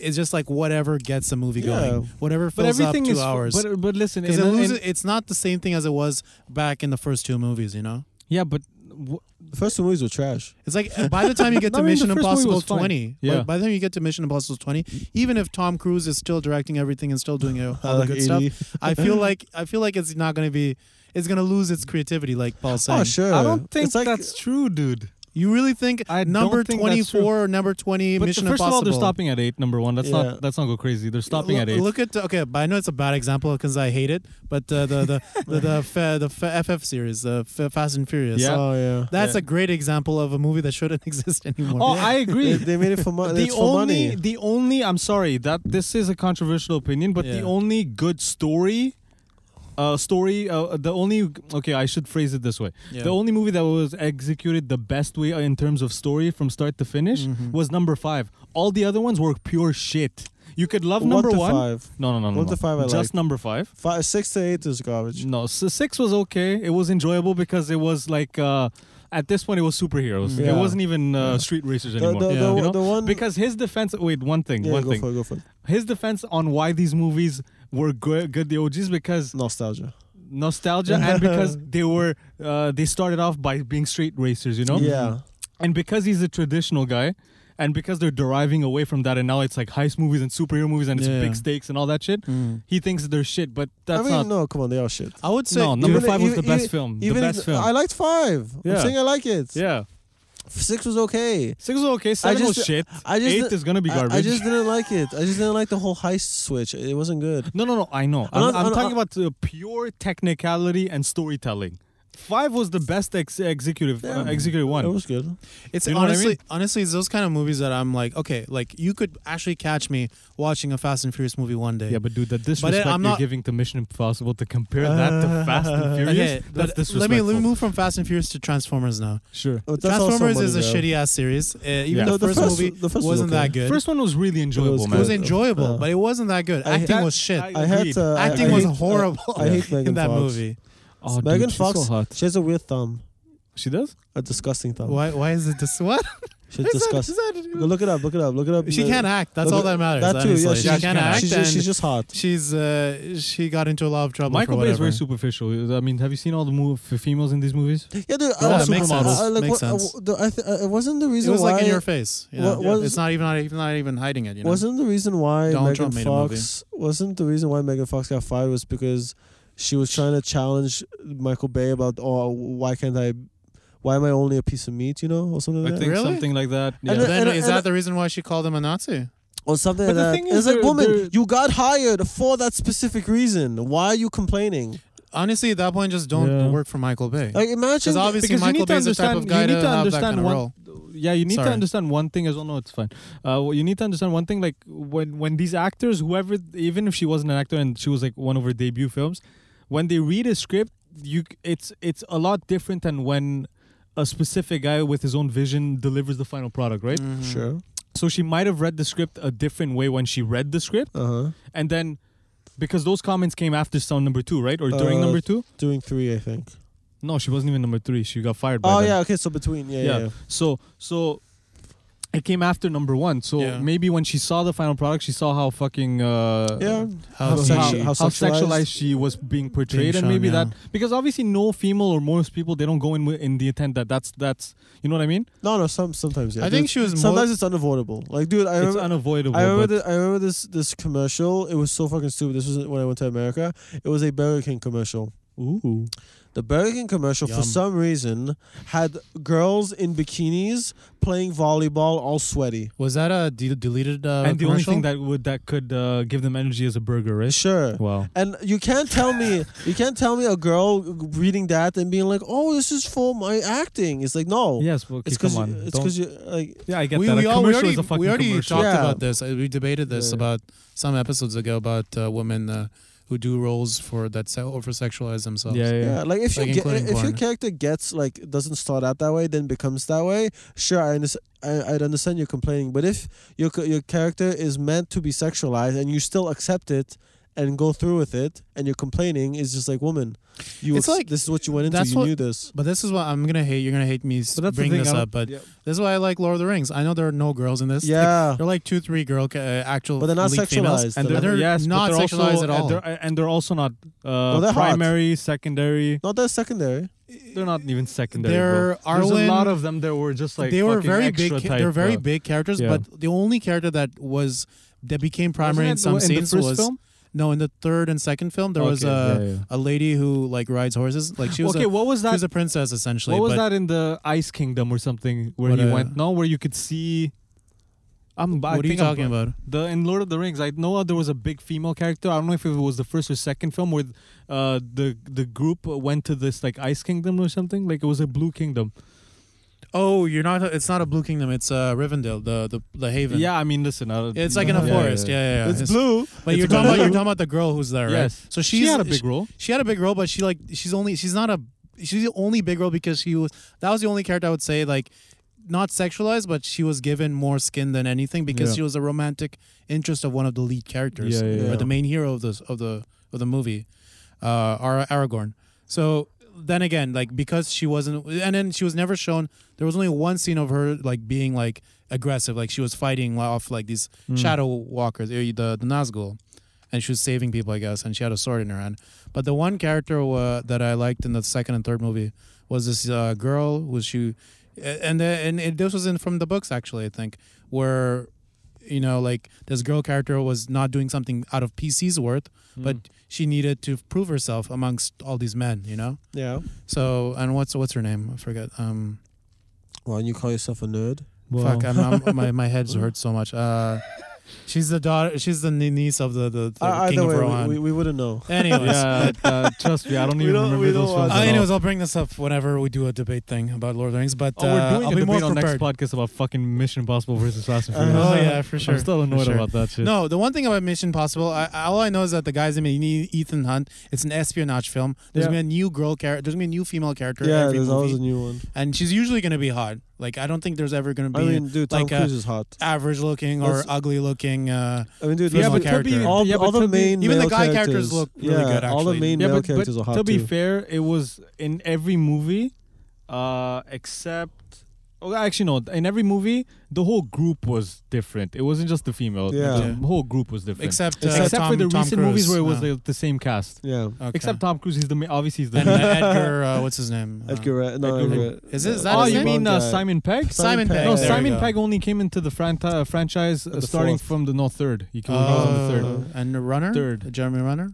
it's just like whatever gets the movie
Yeah.
going, whatever
But
fills
everything
up two
is.
hours.
But, but listen,
Because it
in a-
loses,
in-
it's not the same thing as it was back in the first two movies. You know,
yeah, but w-
the first two movies were trash.
it's like by the time you get
I
to
mean, the
Mission
first movie
Impossible
was fine.
twenty,
Yeah.
by, by the time you get to Mission Impossible twenty, even if Tom Cruise is still directing everything and still doing uh, all the
Like
good
80.
stuff, I feel like I feel like it's not gonna be. It's gonna lose its creativity, like Paul said.
Oh, sure.
I don't think
it's like,
that's true, dude.
You really think
I don't
number
think
twenty
that's true.
four or number twenty
But
Mission
first
Impossible?
of all, they're stopping at eight. Number one, that's
Yeah.
not. That's not go crazy. They're stopping
Look-
at eight.
Look at okay, but I know it's a bad example because I hate it. But uh, the the the the, fa- the fa- FF series, the F- Fast and Furious,
Yeah.
Oh yeah.
that's
Yeah.
a great example of a movie that shouldn't exist anymore.
oh, I
They,
agree.
they made it for, mo-
the
it's for
only
money.
the only I'm sorry that this is a controversial opinion, but the
Yeah.
only good story, uh, story uh, the only okay I should phrase it this way:
Yeah.
the only movie that was executed the best way in terms of story from start to finish
Mm.
Mm-hmm.
was number five. All the other ones were pure shit. You could love
One
number
to
one.
Five.
No, no, no, no.
One
no.
to five I
Just
liked.
number five.
Five, six to eight is garbage.
No, so six was okay. It was enjoyable because it was like uh, at this point it was superheroes.
Mm.
It
Yeah.
wasn't even uh, street racers
The,
anymore.
the,
Yeah.
the,
You know?
the one
because his defense. Wait, one thing.
yeah,
one
go
thing.
for it, go for it.
his defense on why these movies were good, good the OGs because
Nostalgia.
nostalgia and because they were uh, they started off by being straight racers, you know,
Yeah.
and because he's a traditional guy, and because they're deriving away from that, and now it's like heist movies and superhero movies and it's
Yeah.
big stakes and all that shit.
Mm.
He thinks that they're shit, but that's
I mean,
not.
no, come on, they are shit.
I would say
no, number
Even-
five was
even-
the best
even-
film. The
Even
best film.
I liked five. I'm
Yeah.
saying I like it.
yeah,
Six was okay.
six was okay. Seven
just-
was shit.
I just
Eight is gonna be
I-
garbage.
I, just didn't like it. I just didn't like the whole heist switch. It wasn't good.
no, no, no. I know.
I'm
I'm,
not-
I'm
I'm-
talking uh, about
I'm-
the pure technicality and storytelling. Five was the best ex- executive uh,
Yeah.
executive
It
one.
was good.
It's
You know what I
honestly,
mean?
honestly, it's those kind of movies that I'm like, okay, like you could actually catch me watching a Fast and Furious movie one day.
Yeah, but dude, the disrespect
I'm
you're
not-
giving to Mission Impossible to compare that to Fast and Furious,
Uh, Okay,
that's
but let me let me
disrespectful.
move from Fast and Furious to Transformers now.
Sure.
But that's also
Transformers
money,
is a
though.
shitty ass series. Uh, even
Yeah.
the,
No,
the
first,
first-
movie
the first was
wasn't
okay.
that good.
First one was really enjoyable,
It
it was
man.
good.
enjoyable,
Yeah.
but it wasn't that good.
I-
Acting
That-
was shit.
Uh, I-
I had
Agreed.
to, I-
Acting
I uh,
was
hate-
horrible
I, I hate Megan
in that
Fox.
movie.
oh,
Megan
dude, she's
Fox.
so hot.
She has a weird thumb,
She does.
a disgusting thumb.
Why? Why is it this? What?
She's
Is that-
disgusting.
is that-
Go Um, Look it up. Look it up. Look it up.
she
No,
can't act. That's all
look it-
that matters.
That too. Yeah,
honestly.
she's,
she can't act.
she's,
and
just, she's just hot.
she's uh, she got into a lot of trouble.
Michael
for
Bay is
whatever.
very superficial. I mean, have you seen all the move f- females in these movies?
Yeah, dude.
Yeah,
I
it makes
I-
sense.
I, Uh, like,
Makes
what,
sense.
I, the- I th- I- it wasn't the
It
reason
was
why.
like in your face. You know?
What- what
It's
was-
not even not even not even hiding it. You know?
Wasn't the reason why
Donald
Megan
Trump made a movie.
Fox wasn't the reason why Megan Fox got fired was because she was trying to challenge Michael Bay about oh why can't I why am I only a piece of meat you know or something like
I
that
think
Really?
something like that. Yeah.
And
But then
and-
is
and-
that the reason why she called him a Nazi?
or something
But
like
the
that.
thing
And
is
it's like
they're-
woman
they're-
you got hired for that specific reason why are you complaining
Honestly, at that point, just don't
Yeah.
work for Michael Bay.
like imagine
Because obviously,
Because you
Michael
need to
Bay is the type of
understand-
guy
you
to,
need to
have that
understand
kind of
one-
role.
yeah, you need
Sorry.
to understand one thing as well. No, it's fine. Uh, well, you need to understand one thing. Like when when these actors, whoever, even if she wasn't an actor and she was like one of her debut films, when they read a script, you c- it's it's a lot different than when a specific guy with his own vision delivers the final product,
Mm.
right?
Mm-hmm.
sure
So she might have read the script a different way when she read the script,
uh huh
and then because those comments came after sound number two, right, or during
Uh,
number two.
doing three I think
No, she wasn't even number three. She got fired. By
oh
then.
yeah okay so between yeah yeah,
Yeah.
yeah.
So so it came after number one. So
Yeah.
maybe when she saw the final product, she saw how fucking uh,
Yeah.
how,
How he-
how,
how
sexualized.
sexualized
she was being portrayed,
Being
and maybe
shown,
that because obviously no female or most people they don't go in wi- in the intent that that's that's you know what I mean.
no no some sometimes yeah
I think she was more.
sometimes it's unavoidable like dude I
it's
remember
unavoidable.
I remember,
but
the, I remember this this commercial. It was so fucking stupid. This was when I went to America. It was a Burger King commercial.
ooh,
The Burger King commercial,
Yum.
for some reason, had girls in bikinis playing volleyball, all sweaty.
was that a de- deleted uh,
and the only
commercial?
thing that would that could uh, give them energy is a burger, right?
Sure.
Wow.
And you can't tell me, you can't tell me a girl reading that and being like, "Oh, this is for my acting." It's like, no,
Yes, well, okay,
it's
come
because
on.
it's
don't-
because you like.
yeah, I get
we,
that.
we,
a
all,
commercial
we already,
is a fucking
we already
commercial.
talked
Yeah.
about this. Uh, We debated this
Yeah.
about some episodes ago about uh, women uh, who do roles for that se- over sexualize themselves.
yeah, yeah,
Yeah.
yeah.
like if you
Like
get,
including
if your
porn.
character gets like doesn't start out that way, then becomes that way. Sure, I understand. I, I'd understand you're complaining, but if your c- your character is meant to be sexualized and you still accept it and go through with it, and you're complaining, it's just like woman. You
It's
ex-
like-
this is what you went into.
that's
you
what-
knew this.
But this is what I'm gonna hate. You're gonna hate me s-
So that's the
bringing
thing,
this
I don't-
up. But
yeah.
this is why I like Lord of the Rings. I know there are no girls in this.
Yeah.
Like, they're like two, three girl ca- uh, actual.
But they're not
lead females.
sexualized.
And
But
they're,
they're
yes, but
not
they're
sexualized
also,
at
and
all.
they're, and they're also not uh,
Oh, they're hot.
primary, secondary.
Not that secondary.
They're not even secondary.
They're
bro. There's a
Arwen-
lot of them that were just like
they were
fucking
very big.
extra
ca-
Type,
they're very
bro.
big characters.
Yeah.
But the only character that was that became primary in
Wasn't
some
it the-
scenes
the first
was
film?
no. In the third and second film, there was a
Okay, yeah, yeah.
a lady who like rides horses. Like she was
okay.
a,
what was
she was
that?
a princess essentially.
What was
but
that in the Ice Kingdom or something where
What,
he
uh,
went? No, where you could see. I'm. I
What are you
think I'm-
talking about?
The in Lord of the Rings, I know there was a big female character. I don't know if it was the first or second film where uh, the the group went to this like Ice Kingdom or something. Like it was a Blue Kingdom.
Oh, you're not. It's not a Blue Kingdom. It's uh, Rivendell, the the the Haven.
Yeah, I mean, listen. I,
It's like in
Yeah,
a
yeah,
forest. Yeah, yeah. yeah.
It's blue.
But
It's
you're talking about
blue.
you're talking about the girl who's there, right?
Yes.
So she's,
She had a big role.
She had a big role, but she like she's only she's not a she's the only big role because she was that was the only character I would say like not sexualized, but she was given more skin than anything because
Yeah.
she was a romantic interest of one of the lead characters
Yeah, yeah,
or
yeah.
the main hero of the of the of the movie, uh, Ara- Aragorn. So then again, like because she wasn't, and then she was never shown. There was only one scene of her like being like aggressive, like she was fighting off like these
Hmm.
shadow walkers, eh, the the Nazgul, and she was saving people, I guess, and she had a sword in her hand. But the one character uh, that I liked in the second and third movie was this uh, girl who she, eh, and the, and it, this was in from the books actually, I think, where you know like this girl character was not doing something out of PC's worth,
Hmm.
but she needed to prove herself amongst all these men, you know.
Yeah.
So and what's what's her name? I forget. Um,
Well, and you call yourself a nerd.
Wow.
fuck, I'm, I'm, my my head's hurt so much. Uh, She's the daughter. She's the nie- niece of the the, the
Uh,
king
either
of
way,
Rohan.
we, we, we wouldn't know.
Anyways,
yeah, uh, trust me, I don't
We
even
don't-
remember
we
those
don't
films.
watch
Uh,
at
anyways,
all.
I'll bring this up whenever we do a debate thing about Lord of the Rings. But
oh, we're
uh,
doing
I'll
a
be more
debate on next
prepared.
podcast about fucking Mission Impossible versus Fast and
Uh,
Furious.
oh yeah, for sure.
I'm still
for
annoyed
sure.
about that shit.
No, the one thing about Mission Possible, I, I- all I know is that the guy's name is Ethan Hunt. It's an espionage film. There's
Yeah.
gonna be a new girl character. There's gonna be a new female character.
Yeah,
every
there's always
movie.
a new one.
and she's usually gonna be hot. Like I don't think there's ever gonna be
I mean, dude, Tom
like, uh,
Cruise is hot.
average looking or
That's-
ugly looking. Uh,
I mean, dude,
Yeah,
let's
but to
be-
be-
all,
yeah, but
all the
to be-
main
even the
male
guy characters look really
yeah,
good,
all the
actually.
main
yeah,
male
but,
characters
but
are hot
to be
too.
fair, it was in every movie, uh, except. Oh, actually, no. In every movie, the whole group was different. It wasn't just the female.
Yeah.
The whole group was different.
except uh,
Except-
Except
Tom,
for the
Tom
recent
Cruise.
movies where it was
Oh,
the, the same cast.
Yeah,
okay.
Except Tom Cruise. He's the ma- obviously he's the.
and uh, Edgar. Uh, what's his name? Uh,
Edgar, Wright- no,
Edgar-
Edgar,
Is it- is that
oh,
his
you
name?
mean uh,
Guy.
Simon Pegg?
Simon
Simon
Pegg.
Pegg.
No,
There we
Simon
go.
Pegg only came into the fran- uh, franchise uh,
the
starting
fourth.
from the no third. He came from the third.
Oh, and the runner,
Third.
Jeremy Runner.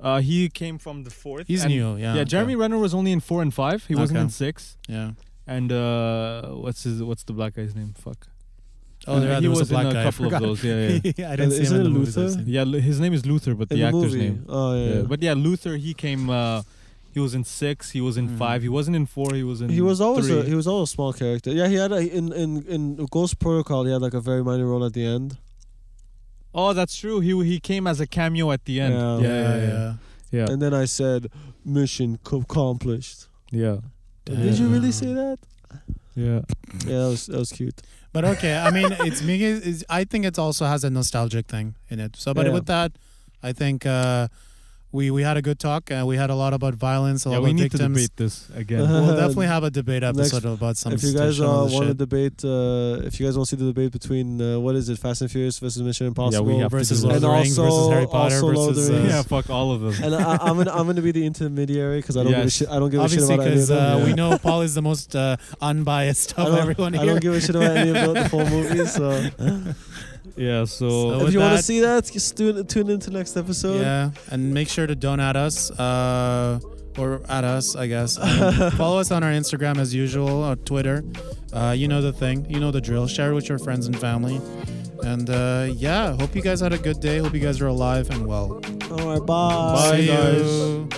Uh, he came from the fourth.
He's
and-
new. Yeah.
Yeah,
okay.
Jeremy Renner was only in four and five. He wasn't
Okay.
in six.
Yeah.
And uh, what's his? What's the black guy's name? Fuck.
Oh,
And
yeah,
he
there was,
was,
a black
in
guy.
a
I
couple of
forgot.
those. Yeah, yeah.
I didn't see
Isn't
him in
it
the movies. I've
Luther?
seen.
yeah, Lu- his name is Luther, but
in
the
the
actor's
movie.
name.
Oh yeah,
Yeah, But yeah, Luther. He came. Uh, he was in six. He was in
Mm.
five. He wasn't in four. He was in.
He was always
three.
a, he was always a small character. Yeah, he had a, in in in Ghost Protocol. He had like a very minor role at the end.
oh, that's true. He he came as a cameo at the end.
Yeah.
yeah, yeah. yeah, yeah. Yeah.
And then I said, "Mission co- accomplished."
Yeah.
Did you really
Damn.
say that?
Yeah.
Yeah, that was that was cute.
But okay, I mean, it's me. It's, I think it also has a nostalgic thing in it. So, but
Yeah.
with that, I think uh, we we had a good talk. Uh, we had a lot about violence, a lot
we
about
need to
victims.
debate this again.
Uh-huh.
We'll definitely have a debate
Next-
episode about some.
if you guys
fictional
uh, want to
shit.
debate, uh, if you guys want to see the debate between uh, what is it, Fast and Furious versus Mission Impossible,
have to
versus
do
Lord of
that.
the
And
Rings versus
also-
Harry Potter
also Lord of the
versus. Uh,
Rings.
yeah, fuck all of them.
and I, I'm gonna I'm gonna be the intermediary because I don't give a
Yes.
shit. I don't give a shit
Obviously,
about any
because
of them.
uh, we
Yeah.
know Paul is the most uh, unbiased
I
of
don't-
everyone
I
here.
don't give a shit about any of the, the four movies. So,
Yeah, so
So- with
if you want
that-
to see that, just tune tune into next episode.
Yeah, and make sure to don't at us uh, or at us, I guess. Um, follow us on our Instagram as usual, or Twitter. Uh, you know the thing, you know the drill. Share it with your friends and family. And uh, yeah, hope you guys had a good day. Hope you guys are alive and well.
All right,
Bye,
bye.
See
guys.
you.